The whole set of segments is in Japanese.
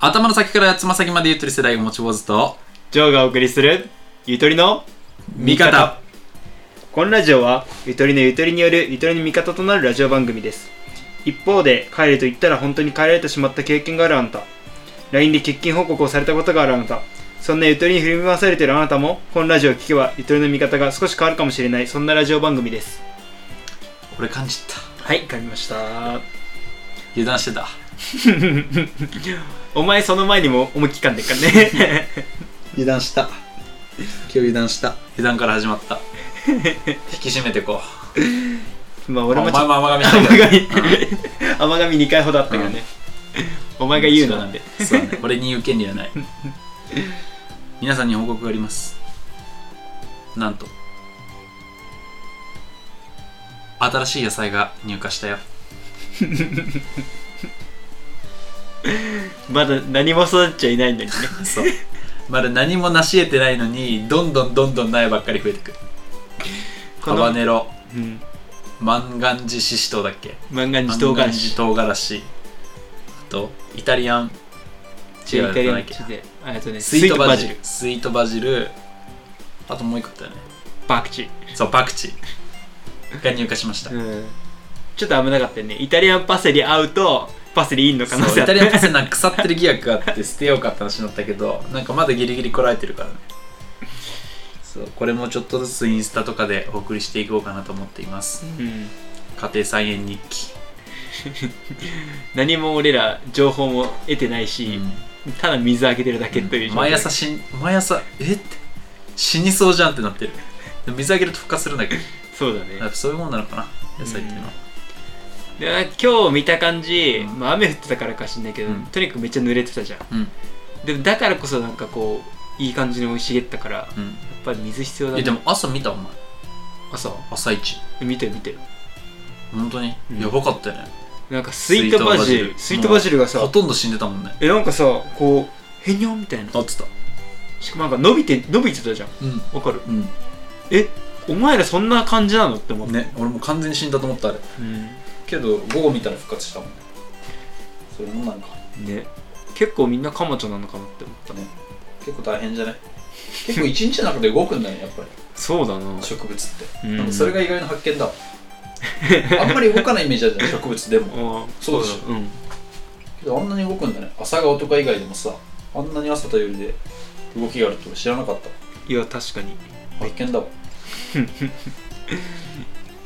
頭の先からつま先までゆとり世代を持ち坊主とジョーがお送りするゆとりの味方このラジオはゆとりのゆとりによるゆとりの味方となるラジオ番組です一方で帰れと言ったら本当に帰られてしまった経験があるあなた LINE で欠勤報告をされたことがあるあなたそんなゆとりに振り回されているあなたもこのラジオを聞けばゆとりの味方が少し変わるかもしれないそんなラジオ番組です俺感じたはいかりました油断してたお前その前にも思いっきり噛んでっから ね油断した今日油断した油断から始まった 引き締めてこうまあお俺も前ちょっとも甘噛み甘したけ神甘神2回ほどあったからね、お前が言うのなんでどそうだね俺に言う権利 はない皆さんに報告がありますなんと新しい野菜が入荷したよまだ何も育っちゃいないんだけどね そうまだ何も成し得てないのにどんどんどんどん苗ばっかり増えてくるこハのバネロうん万願寺シシトウだっけ万願寺万唐辛子願寺唐辛子あとイタリアン違うイタリなんアだっンけ地であえっとねスイートバジルスイートバジルあともう一個あったよねパクチそうパクチーが入荷しましたー、ちょっと危なかったよねイタリアンパセリ合うとパセリいいの可能そうイ性あっタたリアンパセリなんか腐ってる疑惑があって捨てようかって話になったけどなんかまだギリギリこらえてるからねそうこれもちょっとずつインスタとかでお送りしていこうかなと思っています うん、家庭菜園日記、何も俺ら情報も得てないし、ただ水あげてるだけという状態、毎朝しん毎朝えって死にそうじゃんってなってるでも水あげると孵化するんだけどそうだねやっぱそういうもんなのかな野菜っていうのは、でなんか今日見た感じ、うんまあ、雨降ってたからかしんないけど、うんとにかくめっちゃ濡れてたじゃんうんでもだからこそなんかこういい感じに生い茂ったからやっうんぱり水必要だえねでも朝見たお前朝朝一見てる見てる本当に、うんやばかったよねなんかスイートバジルススイイーートトババジジルがほさとんど死んでたもんねえなんかさこうへにょんみたいななってたしかもなんか伸びて伸びてたじゃんうんわかるうんえお前らそんな感じなのって思って、ね俺もう完全に死んだと思ったあれうんけど午後見たら復活したもんねそういうもんなんかね結構みんなカマチョなのかなって思ったね結構大変じゃない結構一日の中で動くんだねやっぱりそうだな植物って、うんなんかそれが意外な発見だわあんまり動かないイメージあるじゃん植物でもああそうでしょうんけどあんなに動くんだね朝顔とか以外でもさあんなに朝と夜で動きがあるとは知らなかったいや確かに発見だわ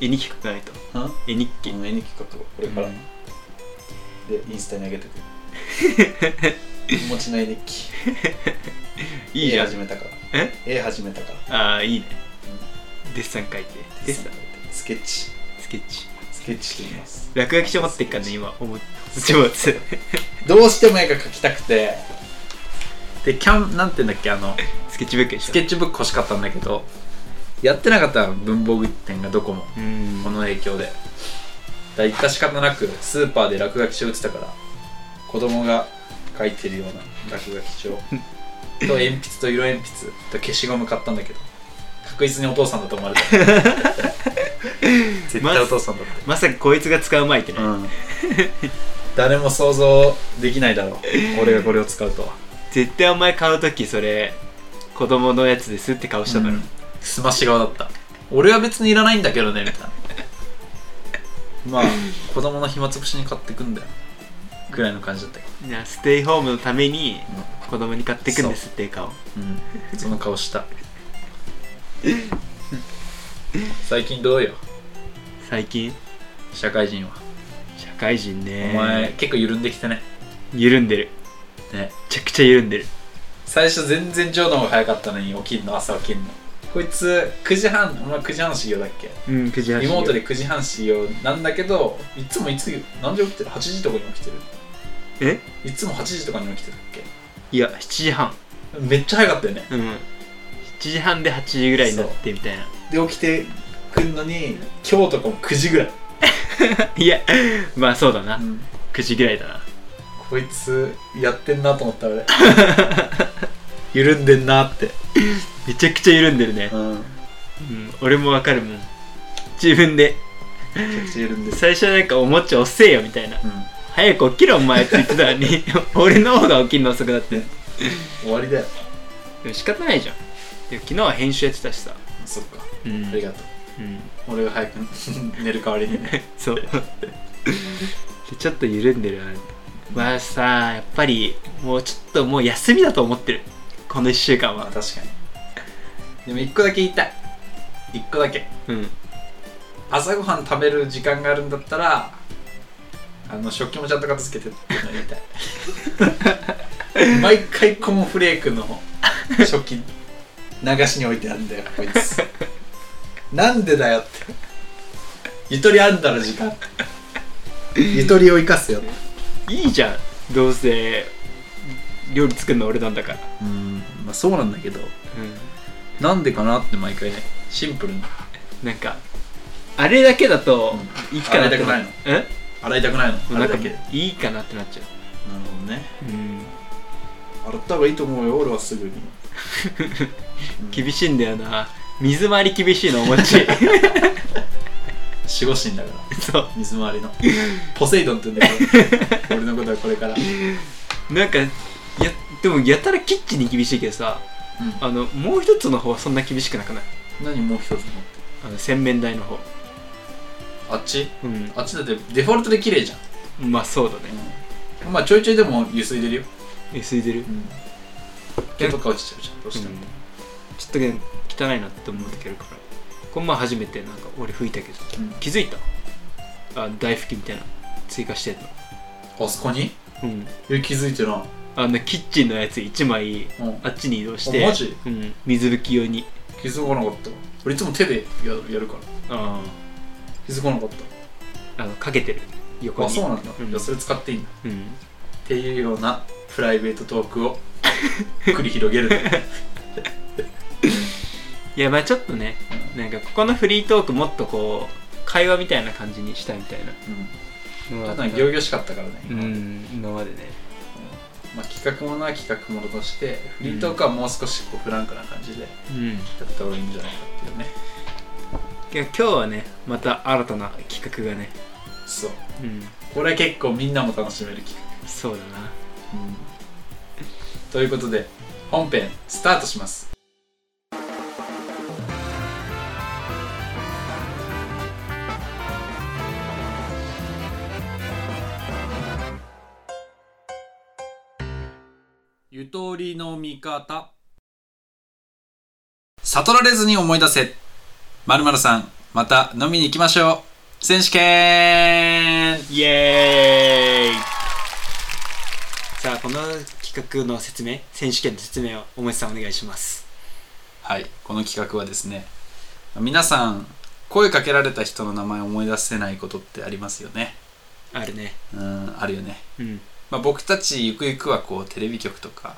絵日記書かないとうん絵日記、絵日記書くわこれから、うんでインスタに上げてく お持ちの絵日記いいじゃ絵ん始めたからえ絵始めたからああいいねデッサン描いてデッサンスケッチスケッチスケッチしてみます落書きしてもらってっからね今思っちょっと待って どうしても絵が描きたくてでキャンなんて言うんだっけあのスケッチブックでしスょケッチブック欲しかったんだけどやってなかった文房具店がどこもうんこの影響でだから行った仕方なくスーパーで落書き書売ってたから子供が書いてるような落書き 書と鉛筆と色鉛筆と消しゴム買ったんだけど確実にお父さんだと思われた 絶対お父さんだってまさかこいつが使うまいってね、うん、誰も想像できないだろう俺がこれを使うとは絶対お前買う時それ子供のやつですって顔したから、うんすまし顔だった俺は別にいらないんだけどねみたいなまあ子供の暇つぶしに買ってくんだよくらいの感じだったけいやステイホームのためにど、子供に買ってくんですっていう顔うん、その顔した最近どうよ最近社会人は、社会人ねお前結構緩んできてね緩んでるねめちゃくちゃ緩んでる最初全然ジョーの方が早かったのに起きんの朝起きんのこいつ9時半お前9時半始業だっけうんくじはリモートで9時半始業なんだけどいつもいつ何時起きてる8時とかに起きてるえいつも8時とかに起きてたっいや7時半けめっちゃ早かったよねうん7時半で8時ぐらいになってみたいなで起きてくんのに今日とかも9時ぐらい、いやまあそうだな9時ぐらいだなこいつやってんなと思った俺緩んでんなって、めちゃくちゃ緩んでるね、うん、俺もわかるもん自分でめちゃくちゃ緩んでる、最初なんかおもちゃ遅えよみたいなうん、早く起きろお前って言ってたのに 俺の方が起きるの遅くなってで終わりだよも仕方ないじゃんでも昨日は編集やってたしさそっかうんありがとううん俺が早 く寝る代わりにね そうでちょっと緩んでるわまあさやっぱりもうちょっともう休みだと思ってるこの1週間まあは確かにでも一個だけ言いたい一個だけうん朝ごはん食べる時間があるんだったらあの食器もちゃんと片付けてっていうのを言いた い毎回コーンフレークの食器流しに置いてあるんだよこいつなんでだよってゆとりあんだろ時間ゆとりを生かすよいいじゃんどうせ料理作るの俺なんだからうんまあそうなんだけどうなんでかなって毎回ねシンプルにんなんかあれだけだといいかなってあれだえ洗いたくないのなあんれかだけなるいいかなってなっちゃほどねううん洗った方がいいと思うよ俺はすぐ に厳しいんだよな水回り厳しいの お餅守護神だから そ水回りのポセイドンって言うんだけ ど俺のことはこれから、うなんかやでもやたらキッチンに厳しいけどさあのもう一つの方はそんな厳しくなくない何もう一つ持ってあの洗面台の方あっちうんあっちだってデフォルトで綺麗じゃん、まあそうだねまあちょいちょいでも油水出るよ、えすいてる、うん、毛とか落ちちゃうじゃんどうしても、うんちょっとね汚いなって思う時あるからこの前初めてなんか俺拭いたけどうん気づいたあ大拭きみたいな追加してんのあそこにうんえ気づいてなあのキッチンのやつ1枚うんあっちに移動してあマジうん、水拭き用に気づかなかった俺いつも手でやるやるからあ気づかなかっあのかけてる横たあにそうなんだ、うんいやそれ使っていいんだうん、っていうようなプライベートトークを繰り広げ る、いやまあちょっとねなんかここのフリートークもっとこう会話みたいな感じにしたいみたいなうん、のたがだ行々しかったからね、う今までん今までねまあ、企画ものは企画ものとしてフリートークはもう少しこうフランクな感じでやうんった方がいいんじゃないかっていうねいや今日はねまた新たな企画がねそううんこれ結構みんなも楽しめる企そうだな画、うん、ということで本編スタートしますゆとりの味方悟られずに思い出せまるまるさんまた飲みに行きましょう選手権イエーイさあこの企画の説明選手権の説明をおもちさんお願いしますはい、この企画はですね皆さん声かけられた人の名前を思い出せないことってありますよねあるねうんあるよね、うんまあ、僕たちゆくゆくはこうテレビ局とか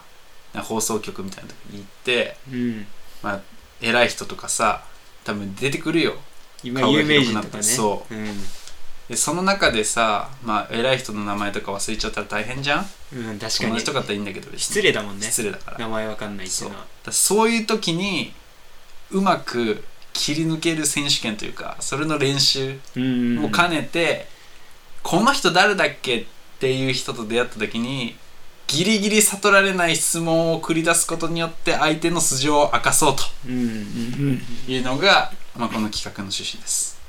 放送局みたいなとこに行って、うんまあ、偉い人とかさ多分出てくるよ今顔が有広名くな人とったかね、そううんでその中でさ、まあ、偉い人の名前とか忘れちゃったら大変じゃんうん、確か友に達とかだったらいいんだけど失礼だもんね失礼だから名前わかんないっていそううのだかはらそういう時にうまく切り抜ける選手権というかそれの練習うんうんうんも兼ねて、この人誰だっけっていう人と出会った時にギリギリ悟られない質問を繰り出すことによって相手の素性を明かそうとうんうんうんいうのが、まあ、この企画の趣旨です、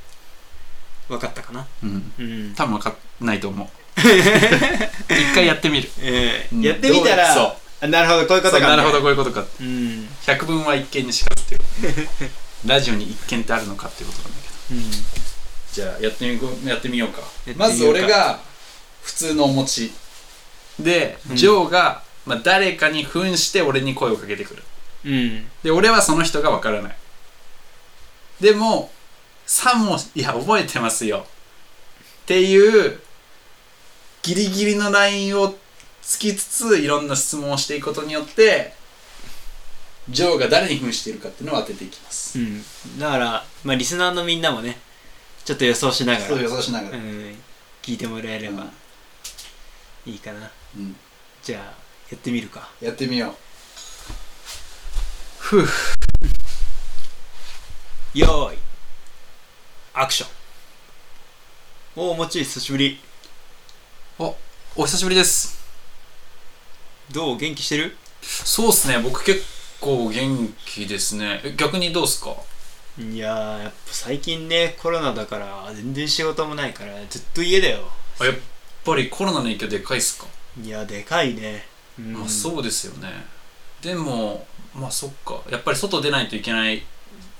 わかったかなうん、うん多分分かんないと 思う一回やってみるえうんー、やってみたらどうそうあなるほどこういうことそかうなるほどこういうことかうん百聞は一見にしかずっていうことねラジオに一見ってあるのかっていうことなんだけどうんじゃあやってみこやってみようかてみようかまず俺が普通のお餅で、うんジョーが、まあ、誰かに扮して俺に声をかけてくるうんで俺はその人がわからないでもさもいや覚えてますよっていうギリギリのラインをつきつついろんな質問をしていくことによってジョーが誰に扮しているかっていうのを当てていきます、うん、だから、まあ、リスナーのみんなもねちょっと予想しながらそう予想しながうら、ん、聞いてもらえればいいかな、うんじゃあやってみるかやってみようふうよーいアクションおおもち久しぶりおおお久しぶりですどう元気してるそうっすね僕結構元気ですねえ逆にどうっすかいやーやっぱ最近ねコロナだから全然仕事もないからずっと家だよあやっぱりコロナの影響でかいっすか、いやでかいね、うんまあそうですよねでもまあそっかやっぱり外出ないといけない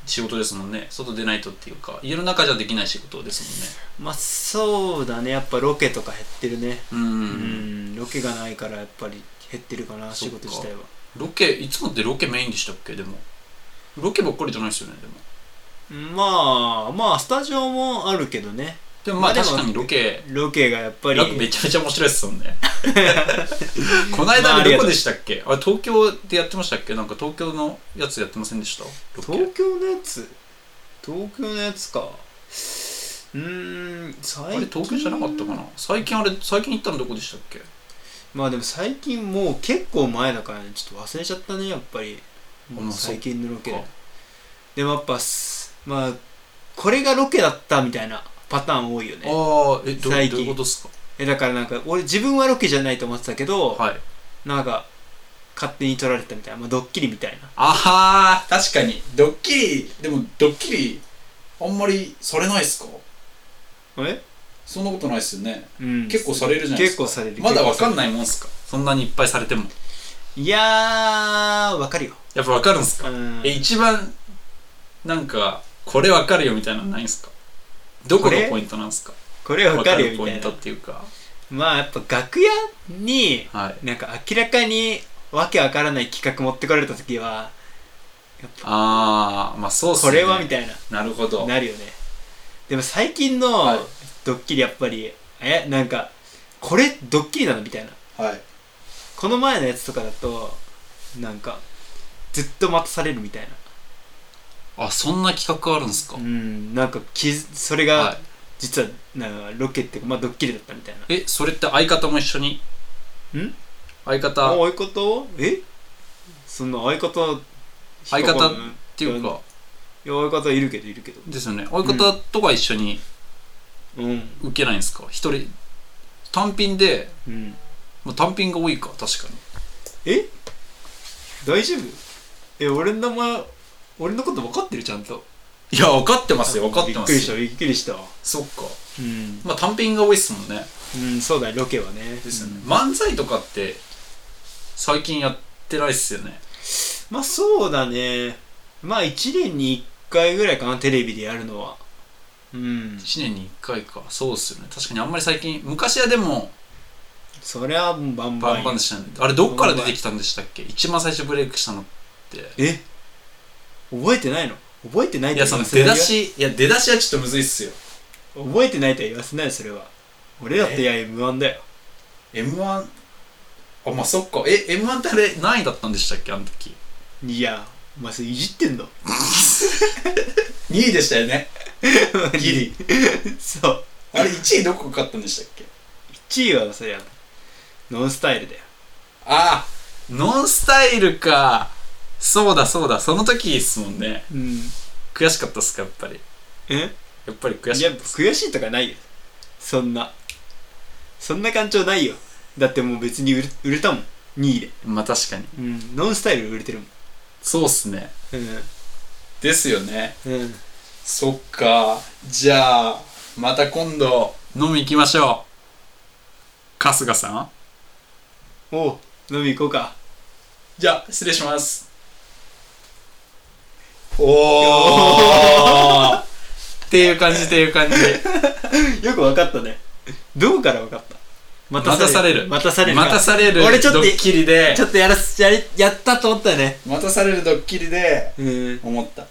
仕事ですもんね外出ないとっていうか家の中じゃできない仕事ですまあそうだねやっぱロケとか減ってるねもんねうん、うん、ん、ロケがないからやっぱり減ってるかなそっ仕か事自体はロケいつもってロケメインでしたっけでもロケばっかりじゃないですよねでもまあまあスタジオもあるけどねでもまあまあでも確かにロケロケがやっぱり楽めちゃめちゃ面白いですもん ねこのまあ間あどりがとこうでしたっけあれ東京でやってましたっけなんか東京のやつやってませんでしたロケ東京のやつ東京のやつかうーんあ最れ東京じゃなかったかな最近あれ最近行ったのどこでしたっけまあでも最近もう結構前だからねちょっと忘れちゃったねやっぱりもう最近のロケそっかでもやっぱすまあこれがロケだったみたいなパターン多いよねああえどどう最近いうことですかえだからなんか俺自分はロケじゃないと思ってたけど、はいなんか勝手に撮られたみたいな、まあ、ドッキリみたいなああ確かにドッキリでもドッキリあんまりされないっすかえそんなことないっすよねうん結構されるじゃないですか結構されるまだわかんいないもんっすかそんなにいっぱいされてもいやーわかるよやっぱわかるんすかうんえ一番なんかこれわかるよみたいなのないんすかどここがれポイントなんすかこれわわかるよポみインたいトっなていうかまあやっぱ楽屋にはいなんか明らかにわけわからない企画持ってこられた時はやっぱああまあそうっすこねれはみたいなるほなどなるよねでも最近のはいドッキリやっぱりえなんかこれドッキリなのみたいなはいこの前のやつとかだとなんかずっと待たされるみたいあそんな企画あるんすかなうんなんかきそれはが実はなんかロケっていうかまあドッキリだったみたいないえそれって相方も一緒にん相方相方をえそんな相方相方引っかかんないっていうかいや相方いるけどいるけどですよね相方とか一緒にうん受けないんですか一人単品で、うんまあ、単品が多いか確かにえ大丈夫え俺の名前俺のこと分かってるちゃんといや分かってますよ分かってまびっくりすしたよびっくりしたそっかうん、まあ単品が多いっすもんねうん、そうだねロケはねですよね、漫才とかって最近やってないっすよねまあそうだねまあ1年に1回ぐらいかなテレビでやるのはうん1年に1回かそうっすよね確かにあんまり最近昔はでもそれはもうバンババンンバンでしたねあれどっから出てきたんでしたっけ一番最初ブレイクしたのってえ覚えてないの覚えてないいとやはそ言のわせな出いよだしいや出だしはちょっとむずいっすよ覚えてないとは言わせないよそれは俺だっていや M1 だよ M1 あまあそっかえ M1 ってあれ何位だったんでしたっけあの 時いやお前それいじってんの2位でしたよね ギ リ そうあれ1位どこかかったんでしたっけ1位はそりゃノンスタイルだよああノンスタイルかそうだそうだその時っすもんねうん悔しかったっすかやっぱりえやっぱり悔いしやかったっす悔しいとかないよそんなそんな感情ないよだってもう別に売れ売れたもん2位でまあ確かにうんノンスタイル売れてるもんそうっすねうですよねんうんそっかじゃあまた今度飲み行きましょう春日さんおう飲み行こうか じゃあ失礼しますおおっていう感じっていう感じよくわかったねどこからわかった待待たされる待たされるか待たされる俺ちょっとドッキリでちょっとやらすやりやったと思ったよね待たされるドッキリでうん思った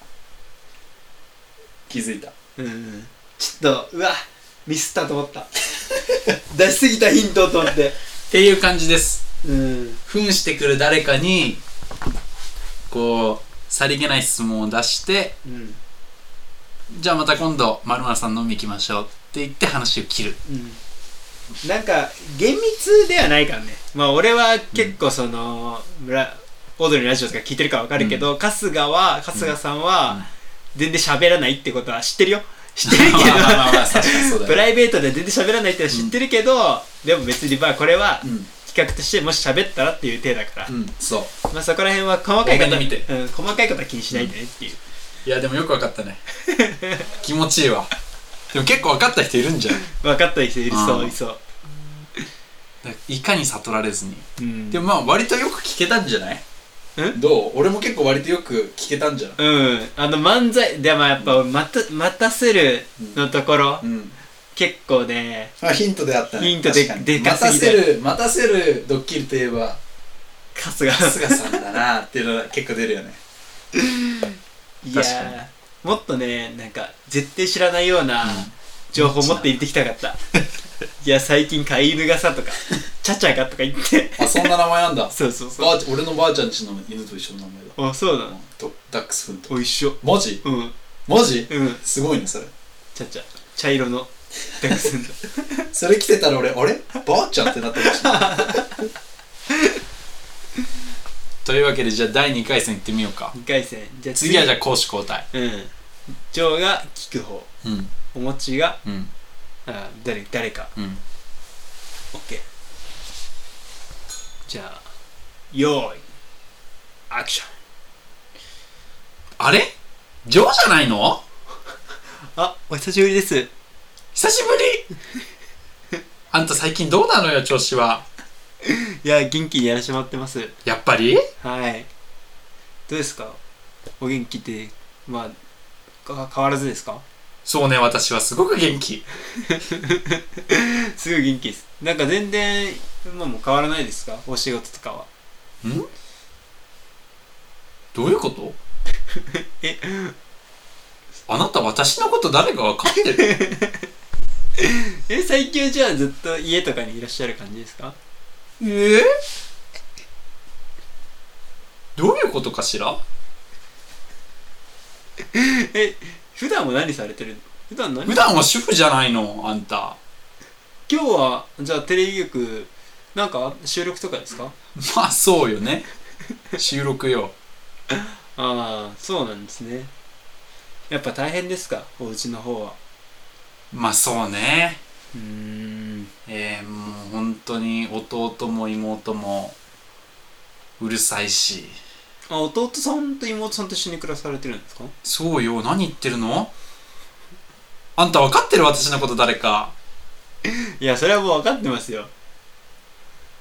気づいたうんちょっとうわミスったと思った 出しすぎたヒントと思ってっていう感じですうん扮してくる誰かにこうさりげない質問を出してうんじゃあまた今度まるさん飲み行きましょうって言って話を切るうんなんか厳密ではないからねまあ俺は結構その、村オードリーのラジオとか聞いてるからわかるけど、春日は春日さんは全然喋らないっ てことは知ってるよ知ってるけどまあまあまあ確かにそうだプねライベートで全然喋らないってのは知ってるけど、でも別にまあこれはうん企画としてもし喋ったらっていう体だから、うんそうまあそこら辺は細かいこと多めに見てうん、細かいことは気にしないでねっていう、いやでもよく分かったね 気持ちいいわでも結構分かった人いるんじゃん分かった人いるそううんいそう、いかに悟られずにうん、でもまあ割とよく聞けたんじゃないえどう俺も結構割とよく聞けたんじゃないうんあの漫才でもやっぱ待た待たせるのところ、うん結構ねあヒントであったねヒントで確にでかすぎ待たてせる待たせるドッキリといえば春日春日さんだなっていうのが結構出るよね いや確かーもっとねなんか絶対知らないような情報持って入れてきたかった、いや最近飼い犬がさ とかチャチャがとか言ってあそんな名前なんだそうそうそうばあちゃん俺のばあちゃんちの犬と一緒の名前だあそうなのとダックスフントお一緒マジうんマジうんすごいねそれチャチャ茶 色のダックスンドそれ着てたら俺あればあちゃんってなったかもしれない というわけでじゃあ第2回戦いってみようか2回戦じゃあ次はじゃあ攻守交代うんジョーが聞く方うんおもちがうんあ誰誰かうん OK じゃあ用意アクションあれジョーじゃないのあお久しぶりです久しぶり あんた最近どうなのよ調子はいや元気にやらしてもらってますやっぱりはいどうですかお元気でまあか変わらずですかそうね私はすごく元気 すごい元気ですなんか全然今も変わらないですかお仕事とかはんどういうことえあなた私のこと誰か分かってるえ最近はじゃあずっと家とかにいらっしゃる感じですかええどういうことかしらえ普段は何されてるの普段何普段は主婦じゃないのあんた今日はじゃあテレビ局なんか収録とかですかまあそうよね収録よああそうなんですねやっぱ大変ですかお家の方はまあそうねうーんえー、もう本当に弟も妹もうるさいしあ弟さんと妹さんと一緒に暮らされてるんですかそうよ何言ってるのあんた分かってる私のこと誰かいやそれはもう分かってますよ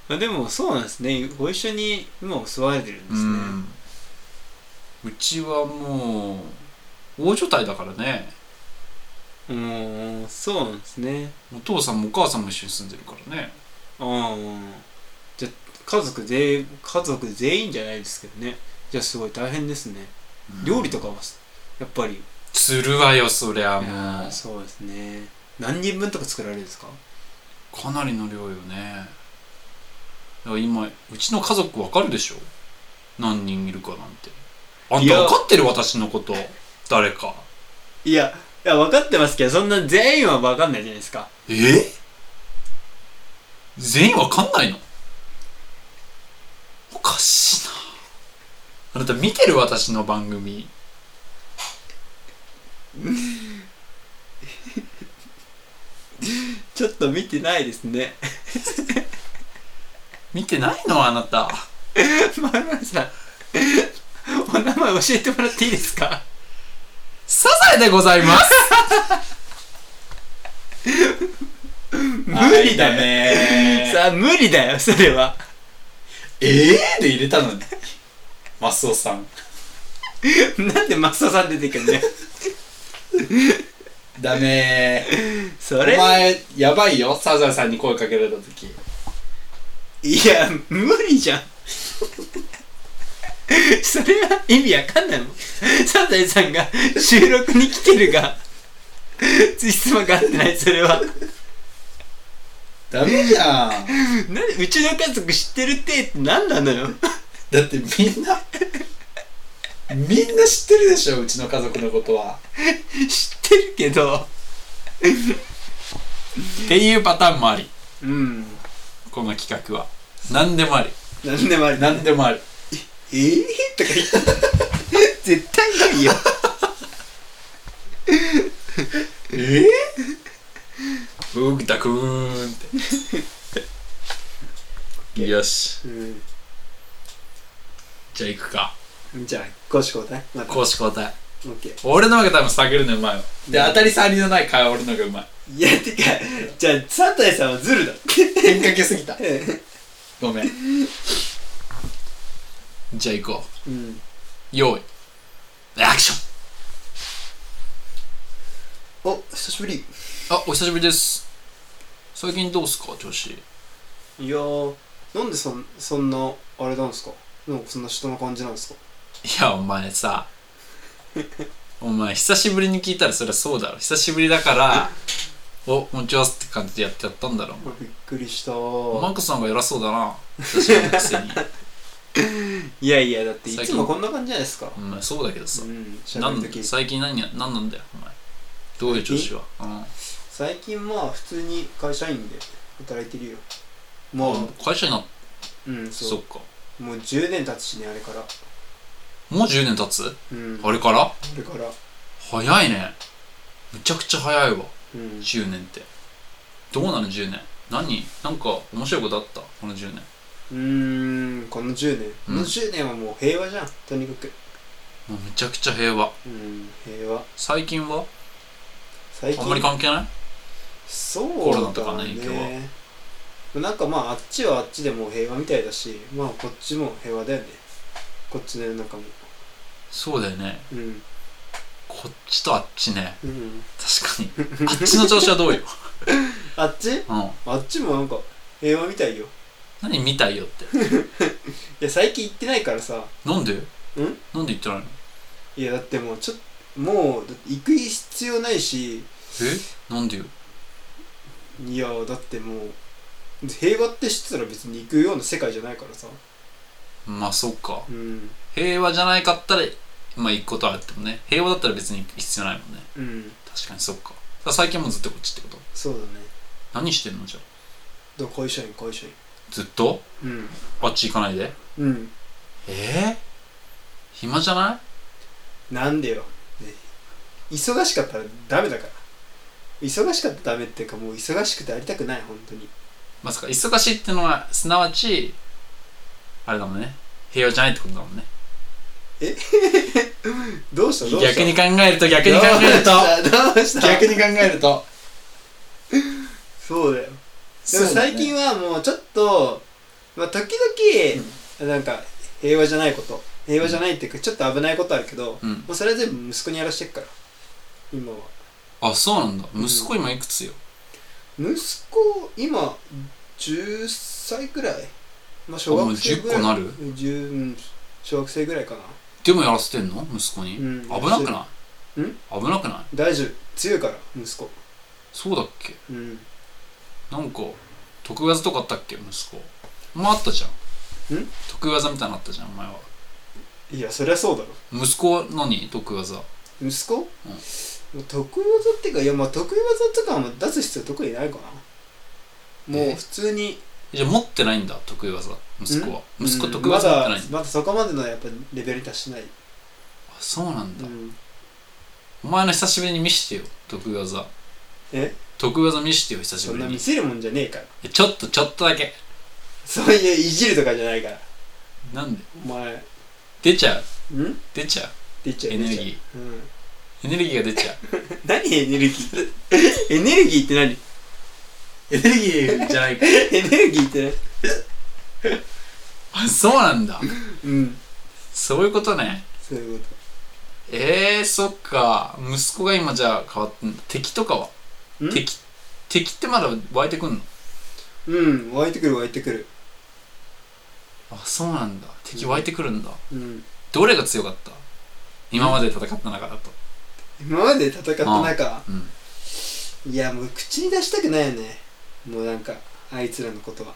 まあでもそうなんですねご一緒に今も住まれてるんでうすねんうちはもう大所帯だからねうーんそうなんですねお父さんもお母さんも一緒に住んでるからねうんじゃあ家族全家族全員じゃないですけどねじゃあすごい大変ですね料理とかかはやっぱりするわよそりゃいやもーうそうですね何人分とか作られるんですかかなりの量よねだから今うちの家族わかるでしょ何人いるかなんてあんいたや分かってる私のこと誰かいやいや分かってますけどそんな全員は分かんないじゃないですかえ全員わかんないのおかしいなあなた見てる私の番組ちょっと見てないですね 見てないのあなたまるまるさんお名前教えてもらっていいですかサザエでございます無 無理だねねさあ無理だよそれはええー、で入れたのにマスオさんなんでマスオさん出てくるねダメそーれお前やばいよサザエさんに声かけられた時いや無理じゃん それは意味わかんないもんサザエさんが収録に来てるが 質問が合ってないそれはダメじゃんなんでうちの家族知ってるってって何なのよ だってみんなみんな知ってるでしょうちの家族のことは知ってるけどっていうパターンもありうんこの企画は何でもあり何でもあり何でもありえー、とか言って絶対ないよええー、うぐたくーんってけ よしうじゃあ行くかん。じゃあ、五子交代また。オ攻守交代ッケー。俺の方が多分探るのうまいわで当たり障りのない会話俺の方がうまいいや、てか、じゃあ、サタエさんはズルだ。変化球すぎ たう。ごめん じゃあ行こうん用意アクションお、久しぶり。あお久しぶりです最近どうすか調子いやー、なんでそんそんな、あれなんですかなんかそんな人の感じなんですかいやお前さ お前久しぶりに聞いたらそりゃそうだろ久しぶりだからおこんにちはって感じでやってやったんだろびっくりしたマンコさんが偉そうだな久しぶりのくせに いやいや、だってい最近つもこんな感じじゃないですかお。前そうだけどさうん、しゃなんべだるとき。最近何や何なんだよお前どういう調子は、うん最近まあ、普通に会社員で働いてるよ。もあ会社になっう、うん、そそっかう。もう10年経つしね、あれから。もう10年経つうん。あれからあれから。早いねむちゃくちゃ早いわうん。 10年ってどうなの10年何なんか面白いことあったこの10年うーんこの10年この10年はもう平和じゃんとにかくもうむちゃくちゃ平和うん平和最近は最近あんまり関係ないそうコロナだとかのね影響なんかまああっちはあっちでもう平和みたいだしまあこっちも平和だよねこっちの世の中もそうだよねうんこっちとあっちねうん確かにあっちの調子はどうよ、あっちうん、あっちもなんか平和みたいよ何見たいよっていや最近行ってないからさなんでなんで言ってないのいやだってもうちょっともうだって行く必要ないしえなんでよいやだってもう平和って知ってたら別に行くような世界じゃないからさまあそっかうん平和じゃないかったらまあ行くことはあってもね平和だったら別に行く必要ないもんねうん確かにそっかだ最近もずっとこっちってことそうだね何してんのじゃあだから会社員会社員ずっとうんあっち行かないでうんええ暇じゃないなんでよ、ね忙しかったらダメだから忙しかったらダメっていうかもう忙しくてありたくない本当にまさか忙しいってのはすなわちあれだもんね平和じゃないってことだもんねどうしたどうした逆に考えると逆に考えるとどうしたどうしたに考えるとそうだよでも最近はもうちょっと、まあ、時々なんか平和じゃないこと平和じゃないっていうかちょっと危ないことあるけど、うんもうそれは全部息子にやらしてるから今はあそうなんだ息子今いくつよ、息子今10歳くらいまあ小あもう学生10ぐら個いなる10うん小学生ぐらいかなでもやらせてんの息子に、うん危なくないうん危なくない大丈夫強いから息子そうだっけうんなんか徳技とかあったっけ息子お前あったじゃんん徳技みたいなのあったじゃんお前はいやそりゃそうだろ息子は何徳技息子、得意技っていうかいやまあ得意技とかはもう出す必要特にないかなもうえ普通にじゃあ持ってないんだ得意技息子はうん息子得意技持ってまないだんだ、まだそこまでのやっぱレベルに達してない、あそうなんうだ、ん、お前の久しぶりに見してよ得意技え得意技見してよ久しそぶんりなに見せるもんじゃねえからえちょっとちょっとだけそういういじるとかじゃないからなんでお前ん出ちゃうって出ちゃう言っちゃうエ言っネルちゃうギうん ーエネルギーが出ちゃう何エネルギー エネルギーって何エネルギーじゃないか エネルギーってねあそうなんだうんそういうことねそういうこえー、そっか息子が今じゃあ変わってんだ敵とかはん敵敵ってまだ湧いてくんのとうん湧いてくる湧いてくるあそうなんだ敵湧いてくるんだ、うんどれが強かった今まで戦った中だと今まで戦った中うんいやもう口に出したくないよねもうなんかあいつらのことは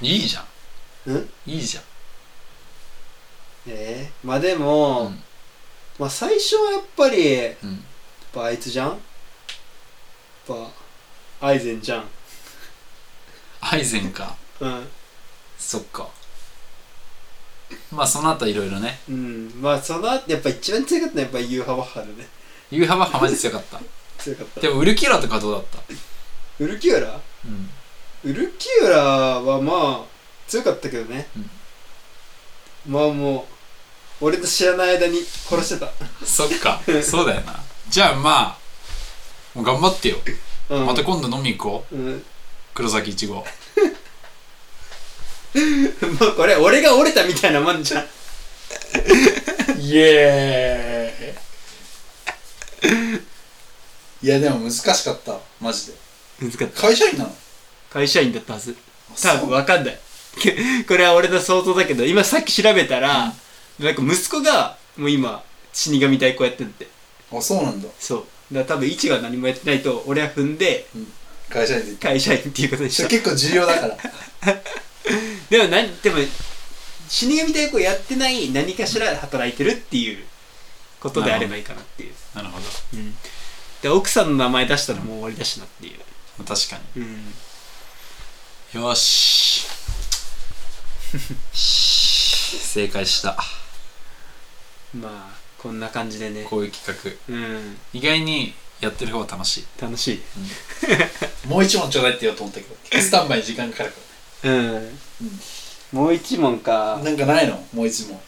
いいじゃんんいいじゃんええまあでも、うんまあ最初はやっぱりやっうんぱあいつじゃんやっぱアイゼンじゃんアイゼンかうんそっかまあその後いろいろねうんまあその後やっぱ一番強かったのはやっぱユーハワッハだねユーハバッハマジ強かった強かったでもウルキュラとかどうだったウルキューラうんウルキューラはまあ強かったけどね、うんまあもう俺と知らない間に殺してた、そっかそうだよなじゃあまあもう頑張ってようん、また今度飲み行こう うん、黒崎いちごもうこれ俺が折れたみたいなもんじゃんイエーイいやでも難しかったマジで難しかった会社員なの会社員だったはずそ多分わかんない これは俺の想像だけど今さっき調べたら、なんか息子がもう今死神太鼓やってんだってうあそうなんだそうだから多分一が何もやってないと俺は踏んで会社員で会社員っていうことでしそたれ結構重要だからでも何でも死神太鼓やってない何かしら働いてるっていうことであればいいかなっていう、 なるほうん、で奥さんの名前出したらもう終わりだしなっていうど確かうんによし正解したまあこんな感じでねこういう企画うん意外にやってる方が楽しい楽しいもう一問ちょうだいって言おうと思ったけどスタンバイ時間かかるかうんもう一問からなんかないのもう一問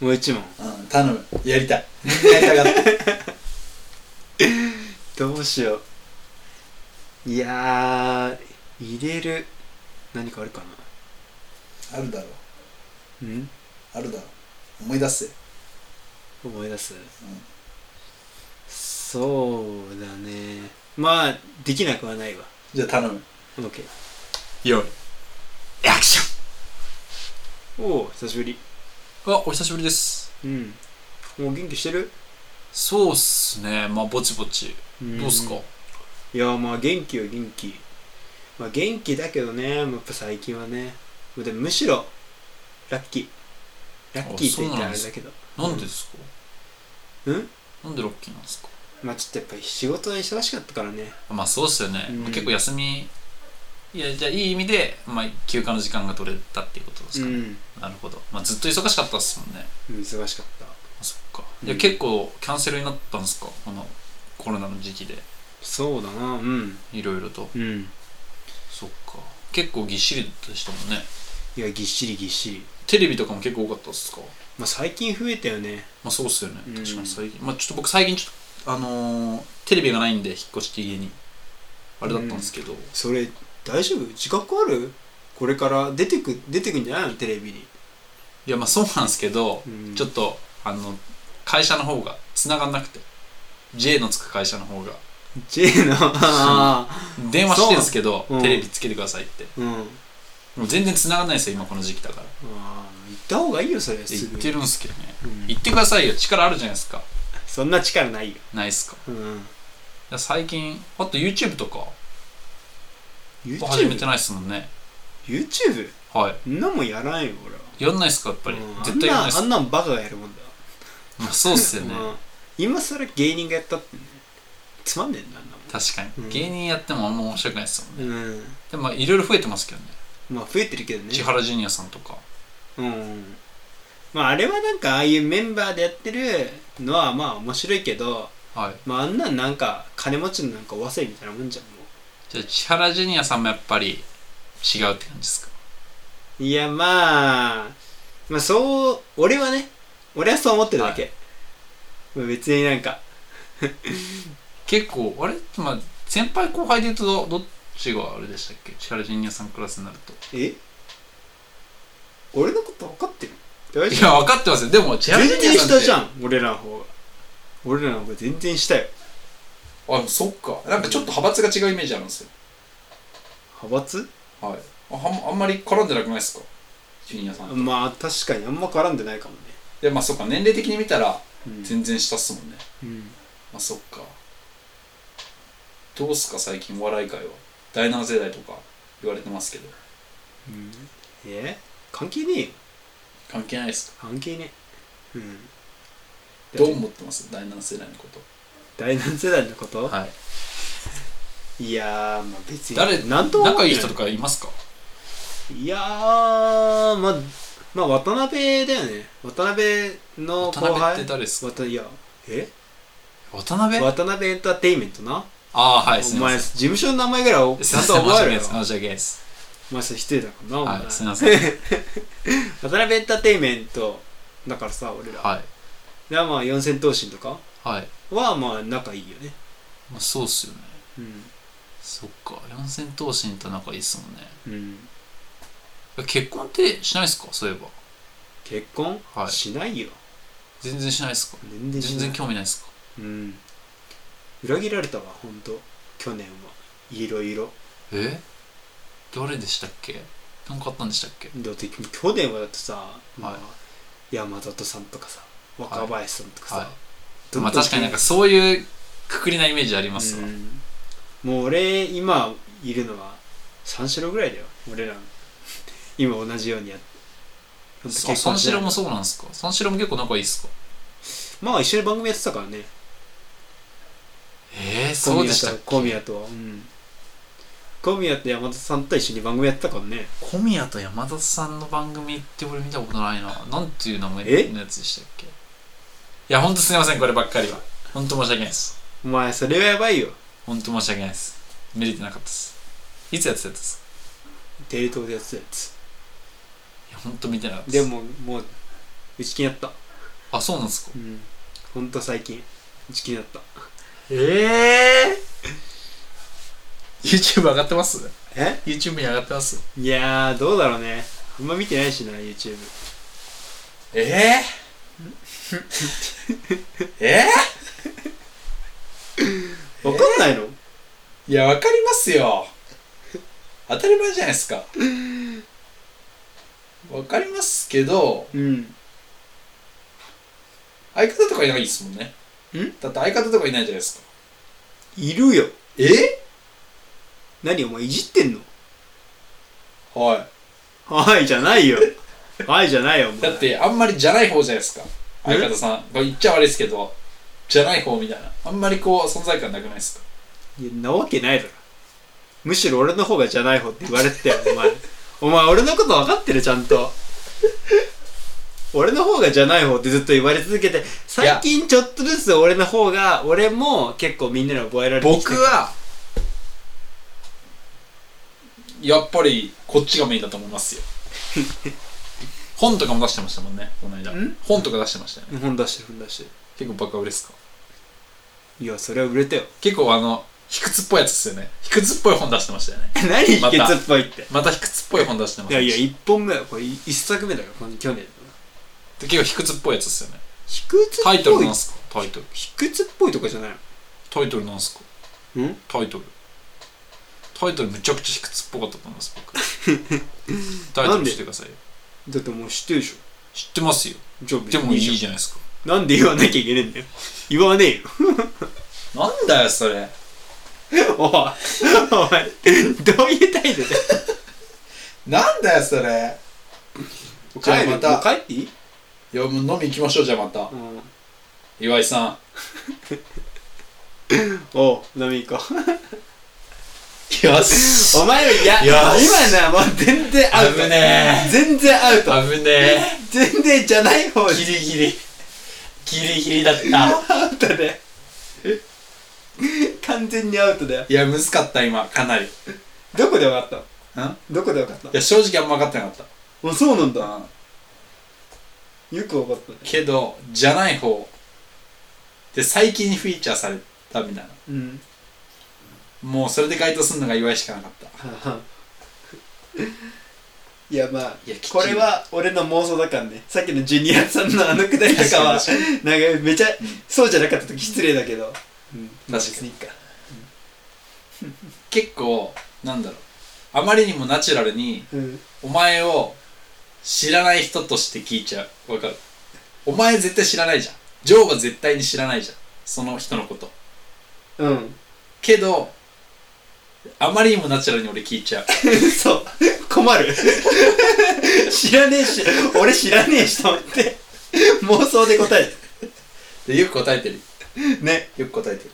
もう一問うん頼むやりた いやりたがってどうしよういやー入れる何かあるかあるだろうなうんあるだろう思い出せ思い出す、そうだねまあできなくはないわじゃあ頼む OK よいアクショおお久しぶりンあお久しぶりですうんもう元気してるそうっすねまあぼちぼちどどうっすかいやまあ元気よ元気まあ元気だけどねやっぱ最近はねでもむしろラッキーラッキーって言ったらあれだけどなんでですかうんなんでロッキーなんですかまあちょっとやっぱり仕事が忙しかったからねまあそうっすよねうん結構休みいやじゃあいい意味で、まあ、休暇の時間が取れたっていうことですかね、んなるほど、まあ、ずっと忙しかったっすもんね忙しかったあそっかうんいや結構キャンセルになったんですかこのコロナの時期でそうだなうんいろいろとうんそっか結構ぎっしりでしたもんねいやぎっしりぎっしりテレビとかも結構多かったっすかまあ最近増えたよねまあそうっすよねうん確かに最近、まあちょっと僕最近ちょっとあのーテレビがないんで引っ越して家にあれだったんですけど、それ大丈夫自覚あるこれから出てく出てくんじゃないのテレビに、いやまあそうなんですけど、うんちょっとあの会社の方が繋がんなくて J のつく会社の方が J の あ電話してるんですけど、そううんテレビつけてくださいってーうんもう全然繋がんないですよ今この時期だからあー行った方がいいよそれ言すぐってるんですけどねうん言ってくださいよ力あるじゃないですかそんな力ないよ、ないっすかいうん、や最近あと YouTube とか YouTube? 始めてないっすもんね YouTube? はんなもんやらんよ俺はいやんないっすかやっぱり、うん絶対やんないっすあんなあんなんバカがやるもんだ、まあそうっすよね、うん今更芸人がやったってねつまんねえんだあんな確かに、うん芸人やってもあんま面白くないっすもんね、もんうんでもまあいろいろ増えてますけどねまあ増えてるけどね千原ジュニアさんとかうんまああれはなんかああいうメンバーでやってるのはまあ面白いけどはいまああんなんなんか金持ちのなんかおわせみたいなもんじゃんもじゃあ千原ジュニアさんもやっぱり違うって感じですかういやまあまあそう俺はね俺はそう思ってるだけ、まあ別になんか結構あれまあ先輩後輩で言うとどっちがあれでしたっけ千原ジュニアさんクラスになるとえ俺のこと分かってる大い丈や分かってますよでも千夫原ジュ全ニア然さんって下じゃん俺らの方が俺らの方が全然下よあそっかなんかちょっと派閥が違うイメージあるんですよ派閥はいあはんあんまり絡んでなくないですかジュニアさんとまあ確かにあんま絡んでないかもねでまあそっか年齢的に見たらうん全然下っすもんね、うんまあそっかどうすか最近お笑い界は第7世代とか言われてますけどうんえ関係ねえよ関係ないですか関係ねえうんどう思ってます第7世代のこと第何世代のこと、はいい、やーまあ別に誰なんとも思って仲ないいい人とかいますかいやーまあまあ渡辺だよね渡辺の渡後辺って輩誰ですか渡いやえ渡辺あ渡辺エンターテインメントなあーはいすおみま前せん事務所の名前ぐらいをちすいゃまんせんと申し訳覚えろないよです申し訳ないですまあそれ失礼だからなお前はい、すみません。渡辺エンターテインメントだからさ俺ら、はい。でまあ四千頭身とかはい。はまあ仲いいよねまあ、そうっすよね。うんそっか。四千頭身と仲いいっすもんね。うん結婚ってしないっすかそういえば。結婚、はいしないよ全然しないっすか全然し全ない然興味ないっすかうん裏切られたわほんと去年はいろいろえ誰でしたっけなんかあったんでしたっけだって去年はだってさ、まあはい山里さんとかさ若林さんとかさ、はどい。んまどあ確かになんかそういうくくりなイメージありますわ。うんもう俺今いるのは3しろぐらいだよ俺ら今同じようにやってほんとさ三四郎もしそうなんですか三四郎も結構仲いいっすかないまあ一緒に番組やってたからねえー、そうでしたっけ小宮と小宮とうん小宮と山田さんと一緒に番組やってたからね小宮と山田さんの番組って俺見たことないな。なんていう名前えのやつでしたっけいや、ほんとすみません、こればっかりは。ほんと申し訳ないです。お前それはやばいよほんと申し訳ないです。見れてなかったです。いつやってたやつですかテレ東でやってたやついや、ほんと見てなかった。ですももう打ち切りになったあ、そうなんですかうんほんと最近打ち切りになったええ YouTube 上がってますえ ?YouTube に上がってますいやーどうだろうねあんま見てないしな YouTube え ー、えわかんないの、ー、いやわかりますよ当たり前じゃないですかわかりますけどうん相方とかいないですもんねんだって相方とかいないじゃないですかいるよ。え何お前いじってんのははいじゃないよ。はいじゃないよ、おい前。だっ。てあんまりじゃない方じゃないですかえ相方さんこれ言っちゃ悪いですけどじゃない方みたいなあんまりこう存在感なくないですかいや、なわけないだろ。むしろ俺の方がじゃない方って言われてたよ、お前。お前、俺のこと分かってる、ちゃんと。俺の方がじゃない方ってずっと言われ続けて、最近ちょっとずつ俺の方が、俺も結構みんなに覚えられてきた。僕はやっぱりこっちがメインだと思い ますよ本とかも出してましたもんねこの間ん本とか出してましたよね本出してる、本出してる。結構バカ売れっすかいや、それは売れたよ。 結構あの卑屈っぽいやつですよね卑屈っぽい本出してましたよね何秘また訣っぽいって。また卑屈っぽい本出してまいしたやしいや、一本目だよ。これ、一作目だよ、この去年の。で結構卑屈っぽいやつですよね卑屈っぽい。タイトルなんすかタイトル卑屈っぽいとかじゃないのタイトルなんすかんタイトルタイトルめちゃくちゃ卑屈っぽかったと思います 僕タイトルしてくださいよだってもう知ってるでしょ知ってますよじゃあでもいいじゃんじゃないですかなんで言わなきゃいけねえんだよ言わねえよなんだよそれおいお前どういう態度だよなんだよそれじゃあまた帰っていい、いやもう飲み行きましょうじゃあまたうん、岩井さんおう飲み行こよしうお前はいやよし今のはもう全然アウト危ね全然アウえト危ねえ全然じゃない方ギリギリギリギリだったアウトで完全にアウトだよいやむずかった今かなりんいどこで分かったやどこで分かった正直あんま分かってなかっあそうなんだた、うん、よく分かったねけどじゃない方で最近フィーチャーされたみたいなうんもうそれで該当するのが岩井しかなかったいやまあいやきちいこれは俺の妄想だからねさっきのジュニアさんのあのくだりとかはなん確かかめちゃ、んそうじゃなかった時失礼だけど、まあ確かに別いいか結構なんだろうあまりにもナチュラルにうんお前を知らない人として聞いちゃうわかるお前絶対知らないじゃんジョーは絶対に知らないじゃんその人のことうんけどあまりにもナチュラルに俺聞いちゃうそう困る知らねえし俺知らねえしと思って妄想で答えでよく答えてるてねよく答えてる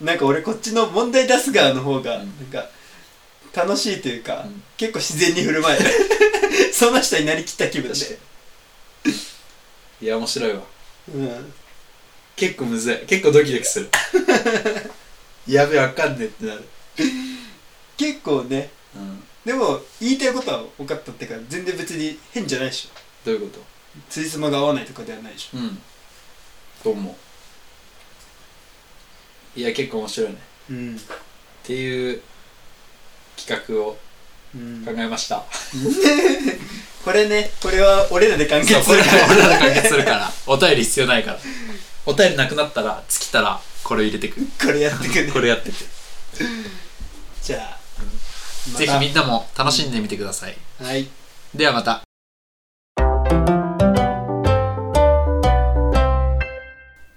なんか俺こっちの問題出す側の方がなうんんか楽しいというか、うん結構自然に振る舞える その人になりきった気分確でかにいや面白いわうん結構むずい結構ドキドキするやべえわかんねえってなる結構ねうんでも言いたいことは分かったっていうか全然別に変じゃないでしょどういうことつじつまが合わないとかではないでしうん。と思う。いや、結構面白いね。っょうんていう企画をうん考えました。これねこれは俺らで完結 そうすこれるから俺らで完結するからお便り必要ないから お便りなくなったら尽きたらこれを入れてくこれやってくねこれ やってくじゃあ、またぜひみんなも楽しんでみてくださいはいではまた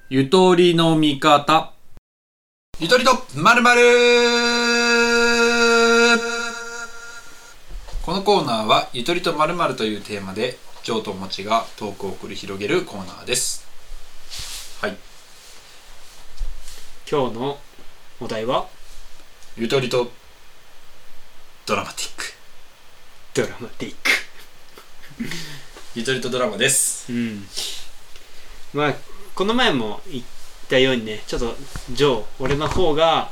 ゆとりの味方ゆとりとまるまるこのコーナーはゆとりとまるまるというテーマで上ともちがトークを繰り広げるコーナーです今日のお題はゆとりとドラマティックドラマティックゆとりとドラマです。うんまあこの前も言ったようにねちょっとジョー俺の方が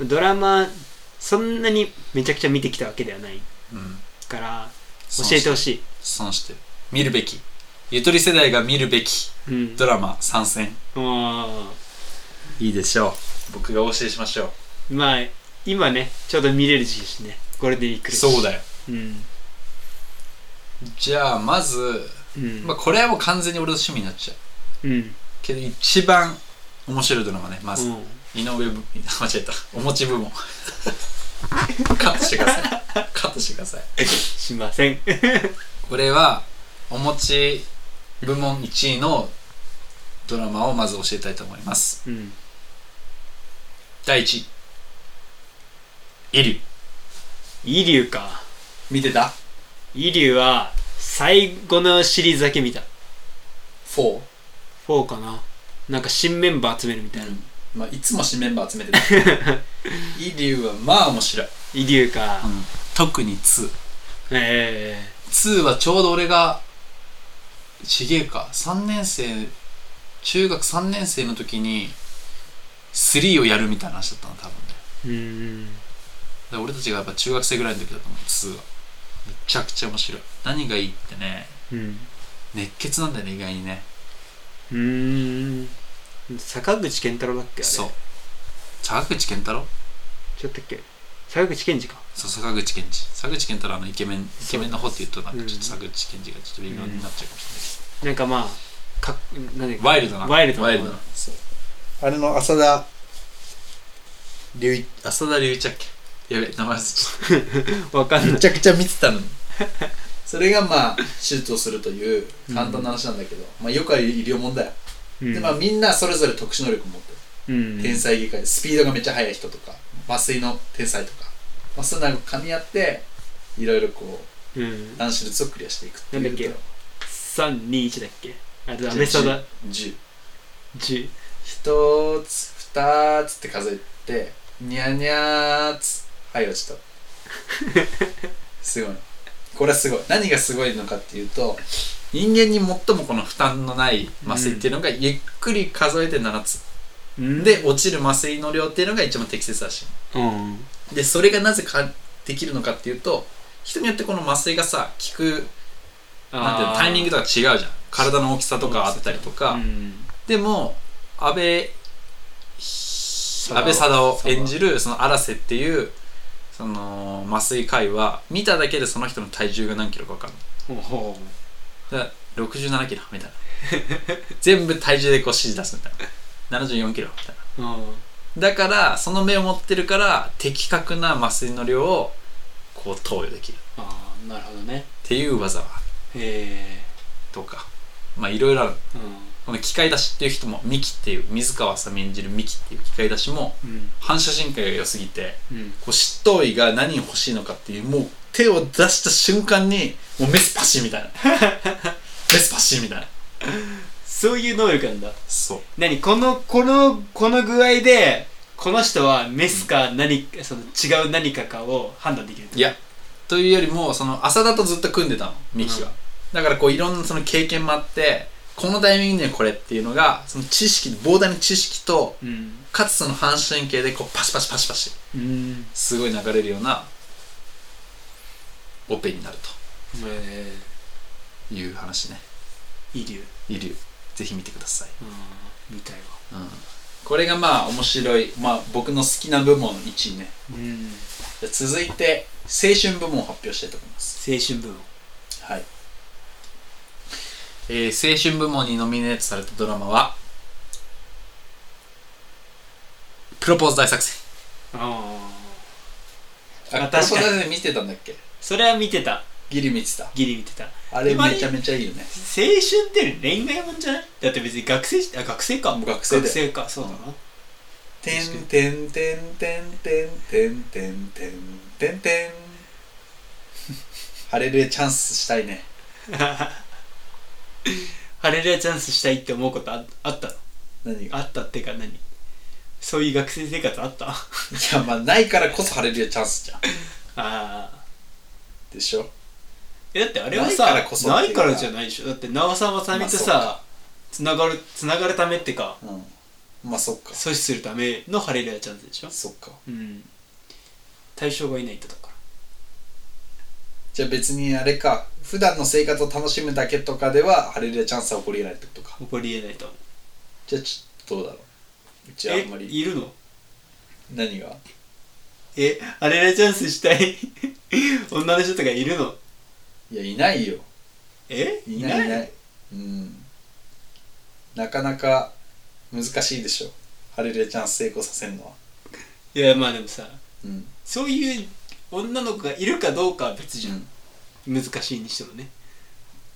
うんドラマそんなにめちゃくちゃ見てきたわけではないうんから教損えしてほし損してる見るべきゆとり世代が見るべきいうんドラマ参戦あいいでしょう僕がお教えしましょう。ーまあ今ねちょうど見れる時期しねゴールデンウィークそうだよようんじゃあまず、うんまあ、これはもう完全に俺の趣味になっちゃううんけど一番面白いドラマねまず、うん井上部 間違えたお餅部門 カットしてくださいカットしてくださいしませんこれはお餅部門1位のドラマをまず教えたいと思いますうん第1位イリュイリュウか見てたイリュウは最後のシリーズだけ見た ?4? 4かななんか新メンバー集めるみたいな、まあ、いつも新メンバー集め てる。イリュウはまあ面白い。イリュウか、特に2ええ2はちょうど俺がちげえか3年生中学3年生の時に3をやるみたいな話だったの多分ねうんだから俺たちがやっぱ中学生ぐらいの時だと思う2はめちゃくちゃ面白い何がいいってねうん熱血なんだよね意外にねうん坂口健太郎だっけあれそう坂口健太郎ちょっとっけ坂口健二かそう坂口健二坂口健太郎のイケメンイケメンの方って言うとなんかちょっとそう坂口健二がちょっと微妙になっちゃうかもしれないなんかまあかなんだっけワイルドなワイルドなワイルドなそうあれの浅田龍一。浅田隆一だっけやべ名前忘れちゃったわかんない めちゃくちゃ見てたのにそれがまあ手術をするという簡単な話なんだけど、まあよくある医療問題、うんでまあみんなそれぞれ特殊能力を持ってる、うん天才外科でスピードがめっちゃ速い人とか麻酔の天才とか、まあ、そんなの噛み合っていろいろこううん何手術をクリアしていくっていうなんだっけ321だっけあれアメサダ1 10 1つ2つって数えてニャーニャーつはい落ち たすごいこれはすごい何がすごいのかっていうと人間に最もこの負担のない麻酔っていうのがゆっくり数えて7つ、うんで落ちる麻酔の量っていうのが一番適切らしうんいでそれがなぜかできるのかっていうと人によってこの麻酔がさ効くなんていうのタイミングととか違うじゃん体の大きさとかあったりとか、うんでも安倍安倍貞夫演じるその荒瀬っていうその麻酔科医は見ただけでその人の体重が何キロか分かるほうほうだから67キロみたいな全部体重でこう指示出すみたいな74キロみたいうんなだからその目を持ってるから的確な麻酔の量をこう投与できるっああなるほどねていう技はあるへえとかまあいろいろあるうこの機械出しっていう人もミキっていう水川あさみ演じるミキっていう機械出しもんうん反射神経が良すぎてうんこう執刀医が何を欲しいのかっていうもう手を出した瞬間にもうメスパシーみたいな メスパシーみたいなそういう能力なんだそう何このこのこの具合でこの人はメスか何か、その違う何かかを判断できるっていやというよりもその浅田とずっと組んでたのミキは、うんだからこういろんなその経験もあってこのタイミングにはこれっていうのがその知識膨大な知識とうんかつその反射神経でこうパシパシパシパシうんすごい流れるようなオペになるえという話ねー、イリュウ、遺留ぜひ見てください、うん、みたいわうん、これがまあ面白い、まあ、僕の好きな部門1位ねうんじゃあ続いて青春部門を発表したいと思います青春部門はい、えー青春部門にノミネートされたドラマは「プロポーズ大作戦ああ」ああプロ確ポーズ大作かに戦見てたんだっけそれは見てたギリ見てたギリ見てたあれ今にめちゃめちゃいいよね青春って恋愛もんじゃないだって別に学生しあ学生かもう学生だよかそうだな、 「てんてんてんてんてんてんてんてんてんてん」ハレルヤチャンスしたいねハレルヤチャンスしたいって思うことああったの何があったってか何そういう学生生活あ ったあいやまあないからこそハレルヤチャンスじゃんあでしょえだってあれはないさからこそっていうかないからじゃないでしょだって長澤まさみまあとそうさつながるつながるためってかうんまあそっか阻止するためのハレルヤチャンスでしょそっかうん対象がいないとだからじゃあ別にあれか普段の生活を楽しむだけとかではハレルヤチャンスは起こりえないってことか起こりえないと思うじゃあちょっとどうだろううちはあんまえりいるの何がえハレルヤチャンスしたい 女の人とかいるのいやいないよえいないいないうんなかなか難しいでしょハレルヤチャンス成功させるのはいやまあでもさうんそういう女の子がいるかどうかは別じゃん、難しいにしてもね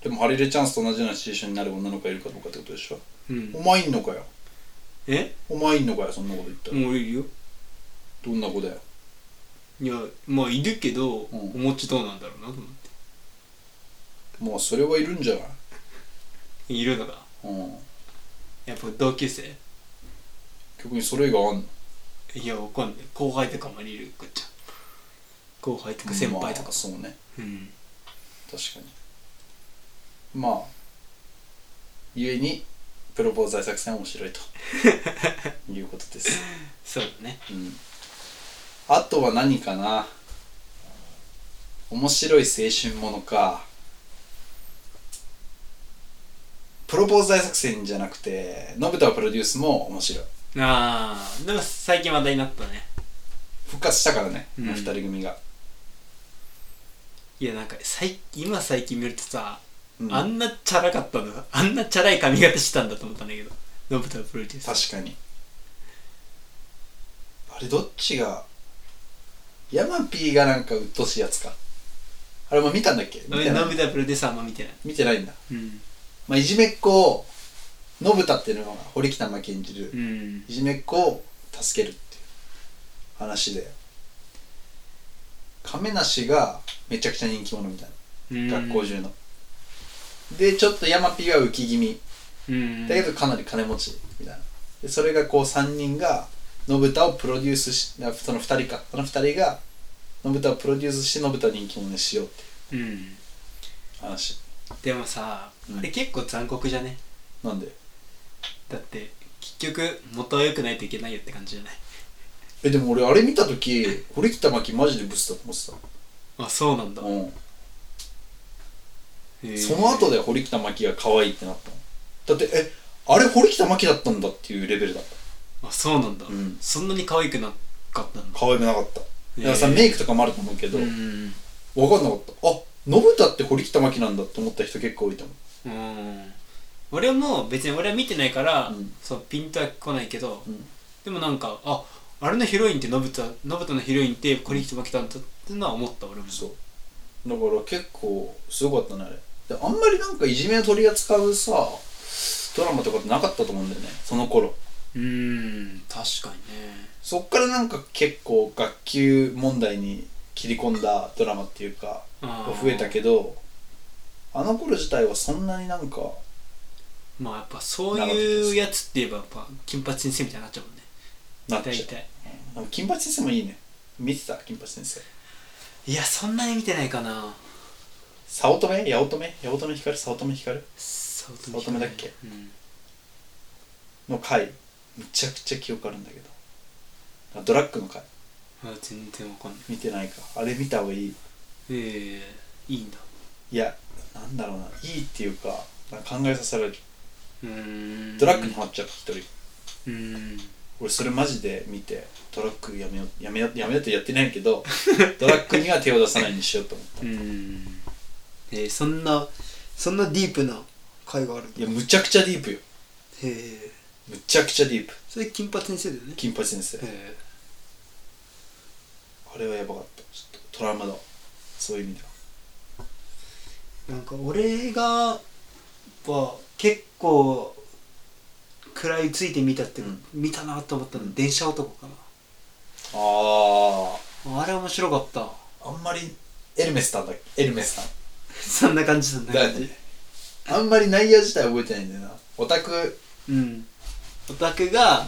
でもハレルヤチャンスと同じようなシチュエーションになる女の子がいるかどうかってことでしょうんお前いんのかよえお前いんのかよそんなこと言ったら、もういるよどんな子だよいやまあいるけど、んおもちどうなんだろうなと思っもうそれはいるんじゃないているのがうんやっぱ同級生逆にそれ以外あんのいやわかんない後輩とかもいるかじゃん後輩とか先輩とまかあ、そうねうん確かにまあゆえにプロポーズ大作戦は面白いと いうことです、そうだねうん、あとは何かな面白い青春ものかプロポーズ大作戦じゃなくて信太プロデュースも面白いああでも最近話題になったね復活したからね、うんお二人組が、いやなんか最今最近見るとさ、うんあんなチャラかったのあんなチャラい髪型してたんだと思ったんだけど信太プロデュース確かにあれどっちがヤマピーがなんかうっとうしいやつかあれも見たんだっけ見て俺ない信太プロデュースあんま見てない見てないんだ、うんまあ、いじめっ子を信太っていうのが堀北真希演じる、ういんじめっ子を助けるっていう話で亀梨がめちゃくちゃ人気者みたいな、学校中のでちょっとヤマピーが浮き気味うんだけどかなり金持ちみたいなでそれがこう3人が信太をプロデュースしあその2人かその2人が信太をプロデュースして信太を人気者にしようっていうんう話でもさうんあれ結構残酷じゃねなんでだって結局元は良くないといけないよって感じじゃないえでも俺あれ見た時堀北真希マジでブスだと思ってあそうなんだた、うん、へーその後で堀北真希が可愛いってなったのだってえあれ堀北真希だったんだっていうレベルだったあそうなんだうんそんなに可愛くなかったんだ可愛くなかっただからさ、へーメイクとかもあると思うけど、うん分かんなかったあ信太って堀北真希なんだって思った人結構多いと思うん俺も別に俺は見てないから、うんそうピンとは来ないけど、う、うん、でもなんかああれのヒロインって信太信太のヒロインってこれ人負けたんだってのは思った俺もそうだから結構すごかったねあれであんまりなんかいじめを取り扱うさドラマとかってなかったと思うんだよねその頃うーん確かにねそっからなんか結構学級問題に切り込んだドラマっていうかあー増えたけどあの頃自体はそんなになんかまあやっぱそういうやつって言えばやっぱ金八先生みたいになっちゃうもんねなっ大ちゃ体ううん金八先生もいいね見てた金八先生いやそんなに見てないかな早乙女八乙女八乙女光早乙女光早乙早乙女だっけうんの回むちゃくちゃ記憶あるんだけどドラッグの回あ全然わかんない見てないかあれ見た方がいいええいいんだいやなんだろうないいっていうかなんか考えさせられるうーんドラッグにハマっちゃう一人うーん俺それマジで見てドラッグやめようやめようやめようってやってないけ どドラッグには手を出さないにしようと思っうーんえー、そんなそんなディープな会があるんただいやむちゃくちゃディープよへえむちゃくちゃディープそれ金髪先生だよね金八先生えあれはやばかったちょっとトラウマだわそういう意味ではー、なんか俺がやっぱ結構食らいついて見たって、うん見たなと思ったの電車男かあなあれ面白かった ああんまりエルメスさんだっけエルメスさんそんな感じそんなだよ感じねあんまり内容自体覚えてないんだよなオタクうんオタクが、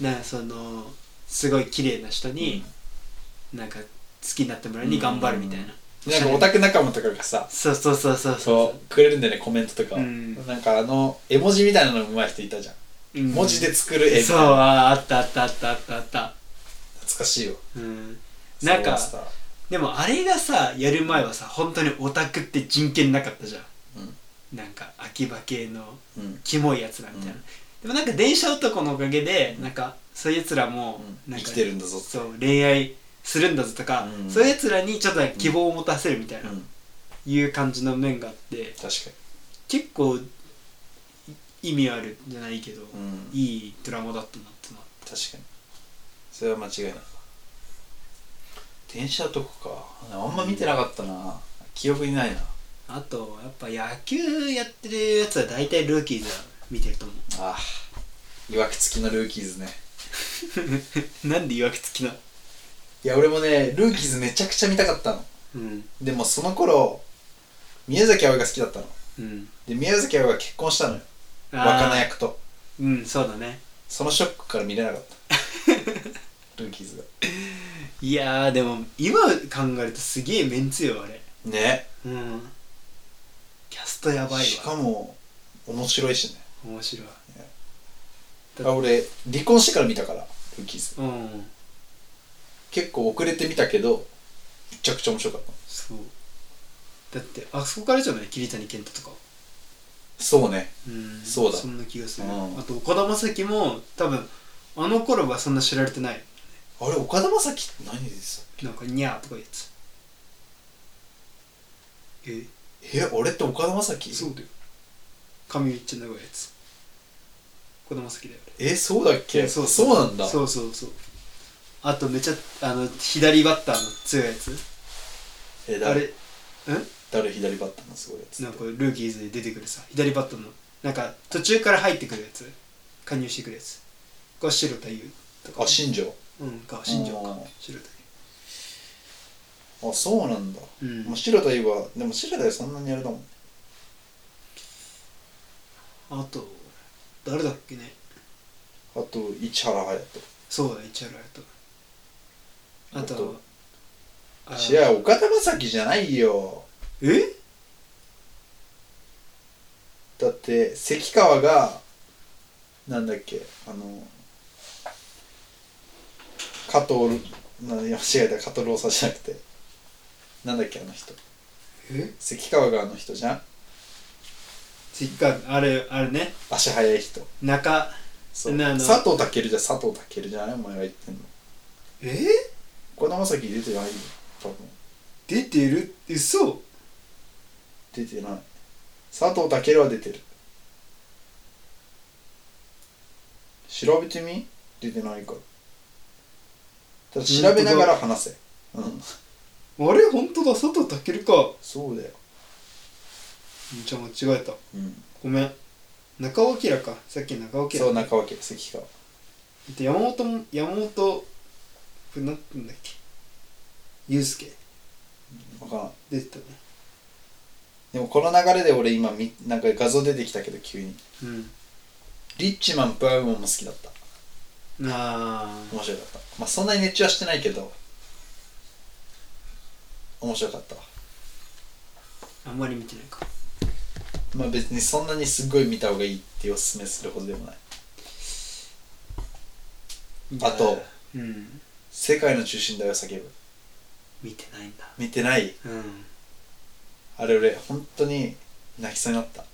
うなん、そのすごい綺麗な人に、なんか好きになってもらうに頑張るみたいな、んなんかオタク仲間とかがさそうそうそうそうそうくれるんだよねコメントとかを、うんなんかあの絵文字みたいなの上手い人いたじゃん、うん文字で作る絵みたそいうなあーあったあったあったあったあった懐かしいようんなんかそれはさでもあれがさやる前はさ本当にオタクって人権なかったじゃん、なんか秋葉系のうんキモいやつらみたいな、うんでもなんか電車男のおかげで、なんかそういうやつらも、うんなんか生きてるんだぞってそう恋愛するんだぞとか、うんそういうやつらにちょっと希望を持たせるみたいな、うんいう感じの面があって確か結構い意味あるんじゃないけど、にうんいいドラマだったなってな確かにそれは間違いない電車とかかあんま見てなかったな、記憶にないなあとやっぱ野球やってるやつは大体ルーキーズは見てると思ああいわくつきのルーキーズねう なんでいわくつきないや俺もねルーキーズめちゃくちゃ見たかったのうんでもその頃宮崎あおいが好きだったのうんで宮崎あおいが結婚したのよあー若菜役とうんそうだねそのショックから見れなかった ルーキーズがいやーでも今考えるとすげえメンツよあれねうんキャストやばいわしかも面白いしね面白いだあ俺離婚してから見たからルーキーズうん結構遅れて見たけどめちゃくちゃ面白かったそうだってあそこからじゃない桐谷健太とかそうねうんそうだそんな気がする、うんあと岡田将生も多分あの頃はそんな知られてないあれ岡田将生って何ですなんかニャーとかいうやつええあれって岡田将生そうだよ髪めっちゃ長いやつ子供好きだよえそうだっけそうなんだそうそうそうあとめっちゃあの左バッターの強いやつえあ誰れん誰左バッターのすごいやつなんかルーキーズで出てくるさ左バッターのなんか途中から入ってくるやつ加入してくるやつが白田優とかあ新庄うんか新庄かあー白田あそうなんだ、優うんまあ、白田優はでも白田優そんなにあれだもんあと誰だっけねあと市原隼そうだ市原隼人ああととあ人いや岡田将生じゃないよえだって関川がなんだっけあの加藤なんいや間違えた加藤ローサじゃなくてなんだっけあの人え関川があの人じゃん実家あれあれね足速い人中そうなあの佐藤健じゃ佐藤健じゃないお前が言ってんのえ岡田将生出てないよ多分出てるって嘘出てない佐藤健は出てる調べてみ出てないからただ調べながら話せうんあれ本当だ佐藤健かそうだよじゃあ間違えたうんごめん中尾明かさっき中尾明そう中脇関川あと山本も山本これなんて言うんだっけ祐介分からん出てたねでもこの流れで俺今みなんか画像出てきたけど急にうんリッチマンプラウモンも好きだったあ面白かったまあそんなに熱中はしてないけど面白かったわああんまり見てないかまあ別にそんなにすごい見た方がいいっておすすめするほどでもないあとうん「世界の中心だよ叫ぶ見てないんだ」 見てないうんあれ俺本当に泣きそうになった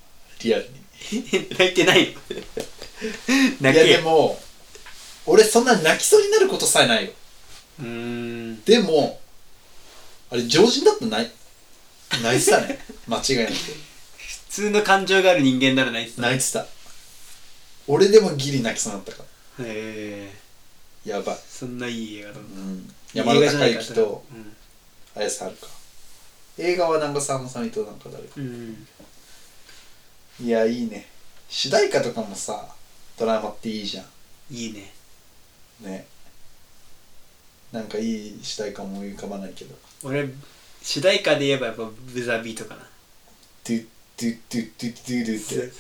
リアルに泣いてないよ 泣いけやでよも俺そんな泣きそうになることさえないようーんでもあれ常人だったらない泣いてた ね間違いなく普通の感情がある人間ならないっす泣いてた俺でもギリ泣きそうになったからへえやばい、そんないい映画だもんうん、山田孝之とうん綾瀬はるか映画はなんかさんまさみとなんか誰かうんいやいいね主題歌とかもさドラマっていいじゃいいねんねなんかいい主題歌も思い浮かばないけど俺主題歌で言えばやっぱブザービートかなドゥドゥドゥドゥドゥドゥって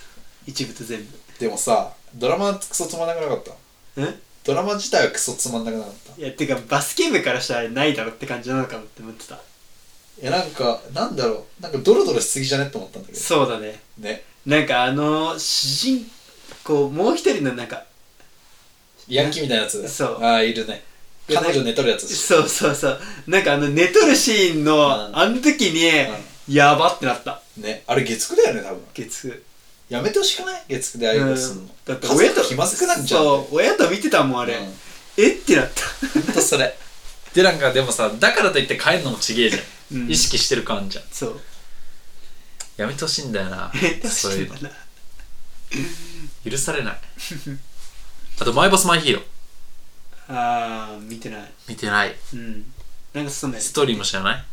一部と全部でもさドラマクソつまんなくなかったえドラマ自体はクソつまんなくなかったいやてかバスケ部からしたらあれないだろって感じなのかもって思ってたいやなんかなんだろうなんかドロドロしすぎじゃねって思ったんだけどそうだねねなんかあの主人公もう一人のなんかヤンキーみたいなやつそうああいるねいや彼女寝とるやつでしそうそうそうなんかあの寝とるシーンの、うんあの時に、やばってなったょねあれ月9だよね多分月9やめてほしくない月9でああいうのすんのだって親親とと気まずくなっちゃうそう親と見てたもんああれ、れえってなったほんとそれでなんかでもさだからといって帰るのもちげえじゃん、うん意識してる感あんじゃんそうやめてほしいんだよなそういうの確かに許されないあとマイボスマイヒーローああ見てない見てないうんなんかそんなやスつトーリーも知らない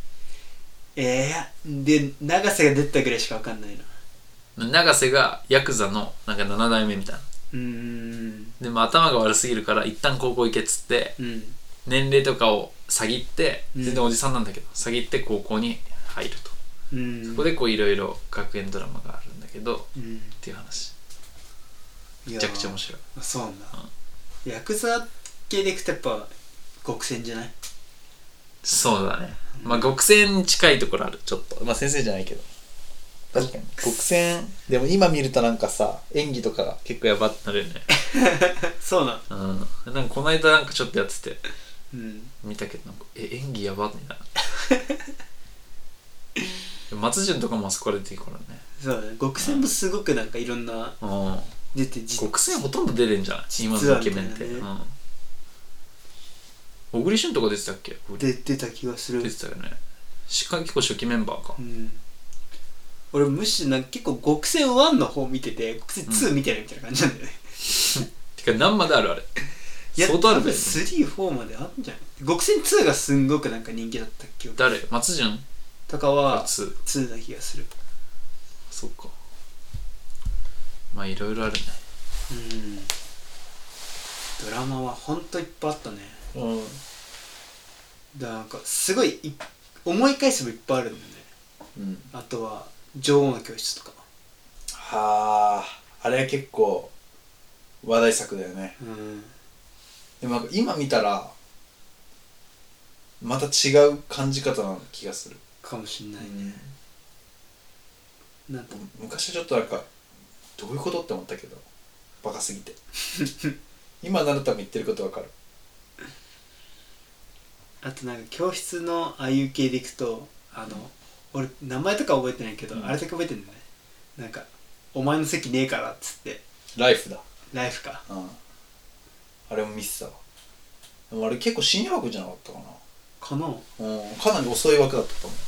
えー、で長瀬が出てたぐらいしかわかんないな永瀬がヤクザのなんか7代目みたいなうーんでも頭が悪すぎるから一旦高校行けっつってうん年齢とかを下ぎってうん全然おじさんなんだけど、下ぎって高校に入るとうんここでこういろいろ学園ドラマがあるんだけどうっんていう話めめちゃくちゃ面白いそうなんだ、ヤクザ系でいくとやっぱ極戦じ ゃないそうだねまあ極戦に近いところあるちょっとまあ先生じゃないけど確かに極戦でも今見るとなんかさ演技とかが結構やばってなるよねそうなんうんなんかこの間なんかちょっとやっててうん見たけどなんかえ演技やばみたいなでも松潤とかもあそこから出てくるからねそうだね極戦もすごくなんかいろんなうん出てじ国政ほとんど出てんじゃない今実のはイケメンって、みたいなうん小栗旬とか出てたっけ小栗出てた気がする出てたよねしか結構初期メンバーかうん俺むしろなんか結構極戦1の方見てて極戦2見てないみたいな感じなんだよね、てか何まであるあれいや相当ある多べ分34まであんじゃん極戦2がすんごくなんか人気だった記憶誰松潤とかは松2な気がするそっかまあいろいろあるねうんドラマはほんといっぱいあったねうんだからなんかすごいい思い返せばいっぱいあるんだよねうんあとは女王の教室とかはああれは結構話題作だよねうんでもなんか今見たらまた違う感じ方な気がする、かもしんないね、なんだ昔ちょっとなんかどういうことって思ったけどバカ すぎて今なるたも言ってることわかるあとなんか教室のああいう系でいくとあの、俺名前とか覚えてないけど、うんあれだけ覚えてるんだよねなんか「お前の席ねえから」っつってライフだ、ライフかうん、あれもミスたわでもあれ結構深夜枠じゃなかったかかなもな、うん、かなり遅い枠だったと思う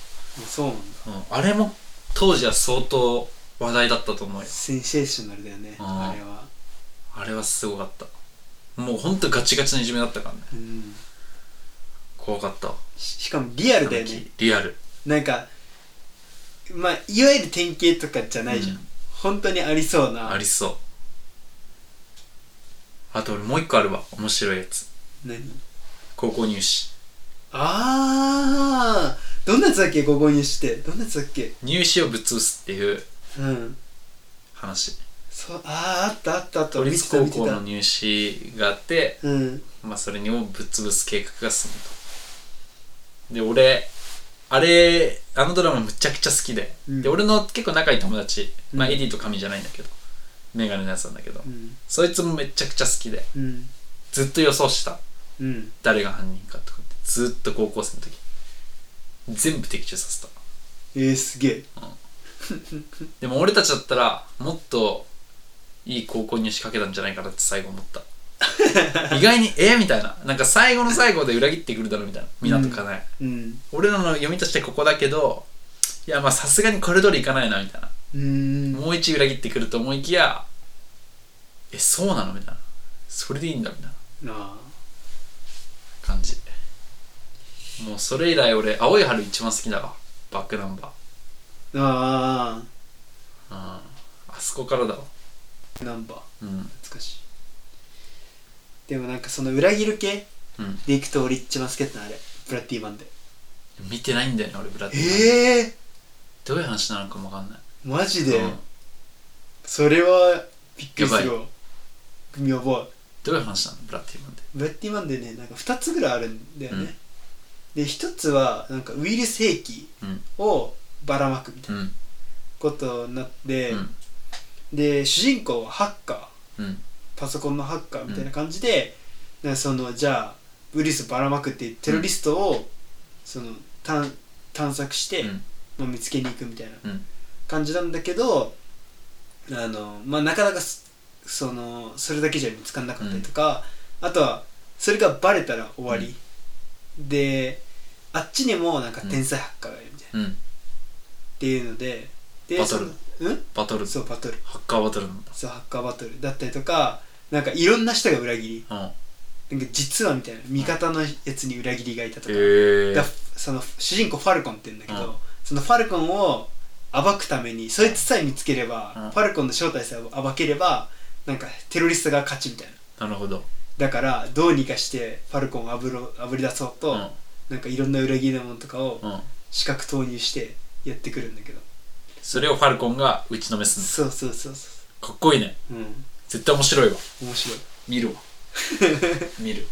そうなんだうんあれも当時は相当話題だったと思うよセンセーショナルだよねあーあれはあれはすごかったもうほんとガチガチのいじめだったからねうん怖かったわししかもリアルだよねリアルなんかまあいわゆる典型とかじゃないじゃん、うん本当にありそうなありそうあと俺もう一個あるわ面白いやつ何高校入試ああどんなやつだっけここにしてどんなやつだっけ入試をぶっ潰すっていううん話そうあああったあったあった都立見高てた校見ての入試があって、たうんまあ、それにもぶっ潰す計画が進むとで俺あれあのドラマむちゃくちゃ好きで、うんで俺の結構仲いい友達、まあ、うんエディとカミじゃないんだけどメガネのやつなんだけど、うんそいつもめちゃくちゃ好きでうんずっと予想してたうん誰が犯人かとかってずっと高校生の時全部的中させたえー、すげえでも俺たちだったらもっといい高校に仕掛けたんじゃないかなって最後思った 意外にえみたいななんか最後の最後で裏切ってくるだろみたいな港かね、うん俺らの読みとしてここだけどいやまあさすがにこれ通りいかないなみたいなうーんもう一裏切ってくると思いきやえそうなのみたいなそれでいいんだみたいなあ感じもうそれ以来俺青い春一番好きだわバックナンバーあー、うん、あそこからだわーナンバーうん懐かしいでもなんかその裏切る系うんでいくと俺一番好きだったのあれブラッディーマンで見てないんだよね俺ブラッドええどういう話なのかもわかんない、ー、マジで、うんそれはびっくりすやるわやばいどういう話なのブラッディマンってブラッディーマンでねなんか2つぐらいあるんだよね、うんで1つはなんかウイルス兵器うんをばらまくみたいなうんことになって、うんで主人公はハッカうーんパソコンのハッカーみたいな感じで、なんかそのじゃあウイルスばらまくってテロリストを、その探探索して、うんまあ、見つけに行くみたいなうん感じなんだけどあの、まあ、なかなかそそのそれだけじゃ見つからなかったりとか、あとはそれがバレたら終わり、であっちにもなんか天才ハッカーがいるみたいな、うんっていうのででバトルそのうんバトルそうバトルハッカーバトルなんだそうハッカーバトルだったりとかなんかいろんな人が裏切うんへりなんか実はみたいな味方のやつに裏切りがいたとか,、えだその主人公ファルコンって言うんだけど、うんそのファルコンを暴くためにそいつさえ見つければ、うんファルコンの正体さえ暴ければなんかテロリストが勝ちみたいななるほどだからどうにかしてファルコンをあぶろあぶり出そうと、うんなんかいろんな裏切りのものとかをうん視覚投入してやってくるんだけど、それをファルコンが打ちのめすんだそうそうそうそかっこいいねううん絶対面白いわ面白い見 るわ見る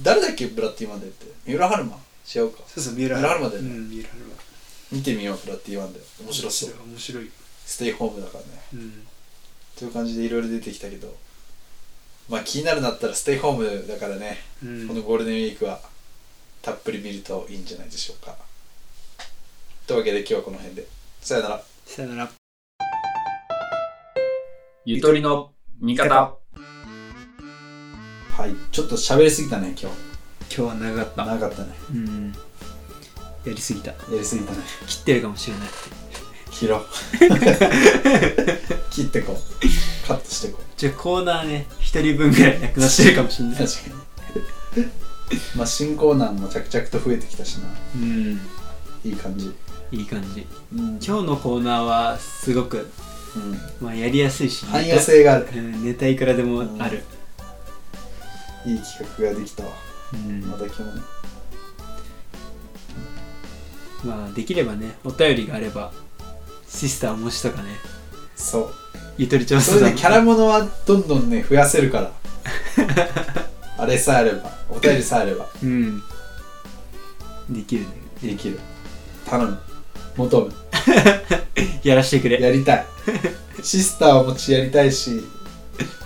誰だっけブラッディマンデーって三浦春馬違うかそうそう三浦三浦春馬だようねん三浦春馬見てみようブラッディマンデー面白そう面白いステイホームだからねうんという感じでいろいろ出てきたけどまあ気になるんだったらステイホームだからね、うんこのゴールデンウィークはたっぷり見るといいんじゃないでしょうかというわけで今日はこの辺でさよならさよならゆとりの味方はいちょっと喋りすぎたね今日今日は長かった長かったねうんやりすぎたやりすぎたね 切ってるかもしれない切ろう切ってこうカットしてこうじゃあコーナーね一人分ぐらいなくなってるかもしれない確かにまあ新コーナーも着々と増えてきたしなうんいい感じいい感じうん、今日のコーナーはすごく、うん、まあ、やりやすいし汎用性があるネタ,、うん、ネタいくらでもある、いい企画ができたわうんまた今日もまあできればねお便りがあればシスターもしとかねそうゆとり調そ査れ団でキャラものはどんどんね増やせるからあれさえあればお便りさえあればうんできるねできる頼む求むやらしてくれやりたいシスターを持ちやりたいし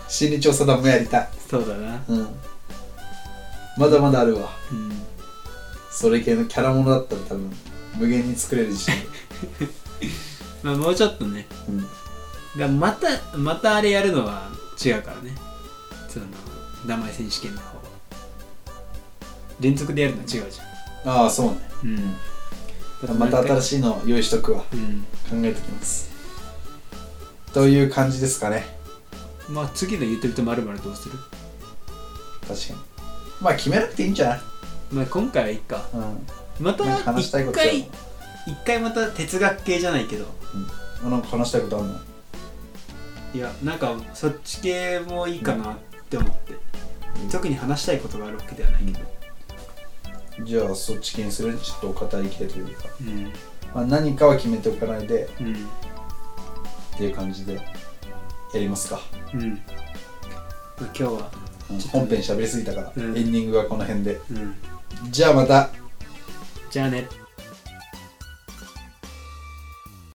心理調査団もやりたい、そうだなうん、まだまだあるわうんそれ系のキャラものだったら多分無限に作れるし、まあもうちょっとねうん、だからまたまたあれやるのは違うからねその名前選手権の方は連続でやるのは違うじゃああそうねんうんまた新ししいの用意しとくわいうん考えてきますという感じですかねまあ次のゆとりとまるまるどうする確かにまあ決めなくていいんじゃないまあ今回はいっかうんまたなんか話したい一ことある回一回また哲学系じゃないけどあなんか話したいことあるのいやなんかそっち系もいいかなって思って、うん特に話したいことがあるわけではないけどじゃあそっち系にするちょっとお語り系というか、うんまあ、何かは決めておかないでうんっていう感じでやりますか、うん、まあ、今日はうんちょっとね本編喋りすぎたから、うんエンディングはこの辺でうんじゃあまたじゃあね